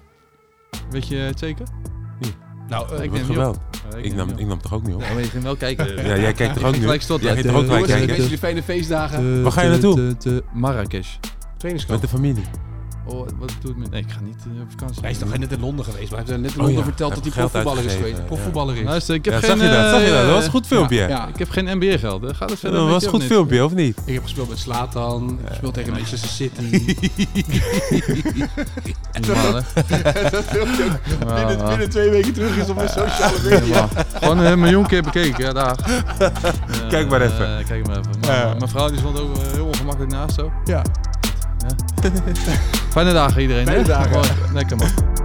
Speaker 4: Weet je het zeker?
Speaker 2: nou, eh,
Speaker 4: Ik
Speaker 3: Ik
Speaker 4: neem
Speaker 3: geweld.
Speaker 4: Ja,
Speaker 3: Ik nam, ik nam toch ook niet op?
Speaker 4: Ja, maar je ging wel kijken.
Speaker 3: Ja, jij kijkt toch
Speaker 4: ging
Speaker 3: ook niet
Speaker 4: gelijk
Speaker 3: op?
Speaker 4: stotteren.
Speaker 3: Jij ging toch ook gelijk
Speaker 2: jongens, ik wens
Speaker 3: kijken?
Speaker 2: jullie fijne feestdagen.
Speaker 3: Waar ga je naartoe?
Speaker 4: Te Marrakesh.
Speaker 3: Met
Speaker 2: trainingskamp.
Speaker 3: de familie.
Speaker 4: Oh, wat doet me? Nee, ik ga niet eh, op vakantie.
Speaker 2: Hij is toch net in Londen geweest, maar hij heeft net in
Speaker 3: Oh
Speaker 2: Londen
Speaker 3: ja,
Speaker 2: verteld
Speaker 3: hij
Speaker 2: dat hij
Speaker 3: heeft geld
Speaker 2: profvoetballer is
Speaker 3: uitgegeven,
Speaker 2: geweest.
Speaker 3: ja.
Speaker 2: Profvoetballer Nou, is.
Speaker 4: Luister, ik heb
Speaker 3: Ja,
Speaker 4: geen...
Speaker 3: zag je dat?
Speaker 4: eh,
Speaker 3: Zag je dat? Dat was een goed filmpje.
Speaker 2: ja.
Speaker 4: Ah. Ik heb geen NBA-geld. hè. Gaat het verder?
Speaker 3: Dat
Speaker 4: met
Speaker 3: was
Speaker 4: je
Speaker 3: een goed
Speaker 4: of niet?
Speaker 3: filmpje, of niet?
Speaker 2: Ik heb gespeeld met Slatan, ik heb gespeeld tegen Manchester City.
Speaker 4: Normaal, hè?
Speaker 2: dat filmpje ook
Speaker 4: Ja, ja.
Speaker 2: twee weken terug is op mijn sociale
Speaker 4: Helemaal. Gewoon een miljoen keer bekeken, ja, daar.
Speaker 3: Kijk maar even.
Speaker 4: Eh, kijk maar even. Maar,
Speaker 3: Ja.
Speaker 4: Mijn vrouw die stond ook eh, heel ongemakkelijk naast zo.
Speaker 2: Ja.
Speaker 4: Fijne dagen iedereen.
Speaker 2: Fijne
Speaker 4: hè?
Speaker 2: dagen.
Speaker 4: Gewoon Lekker man.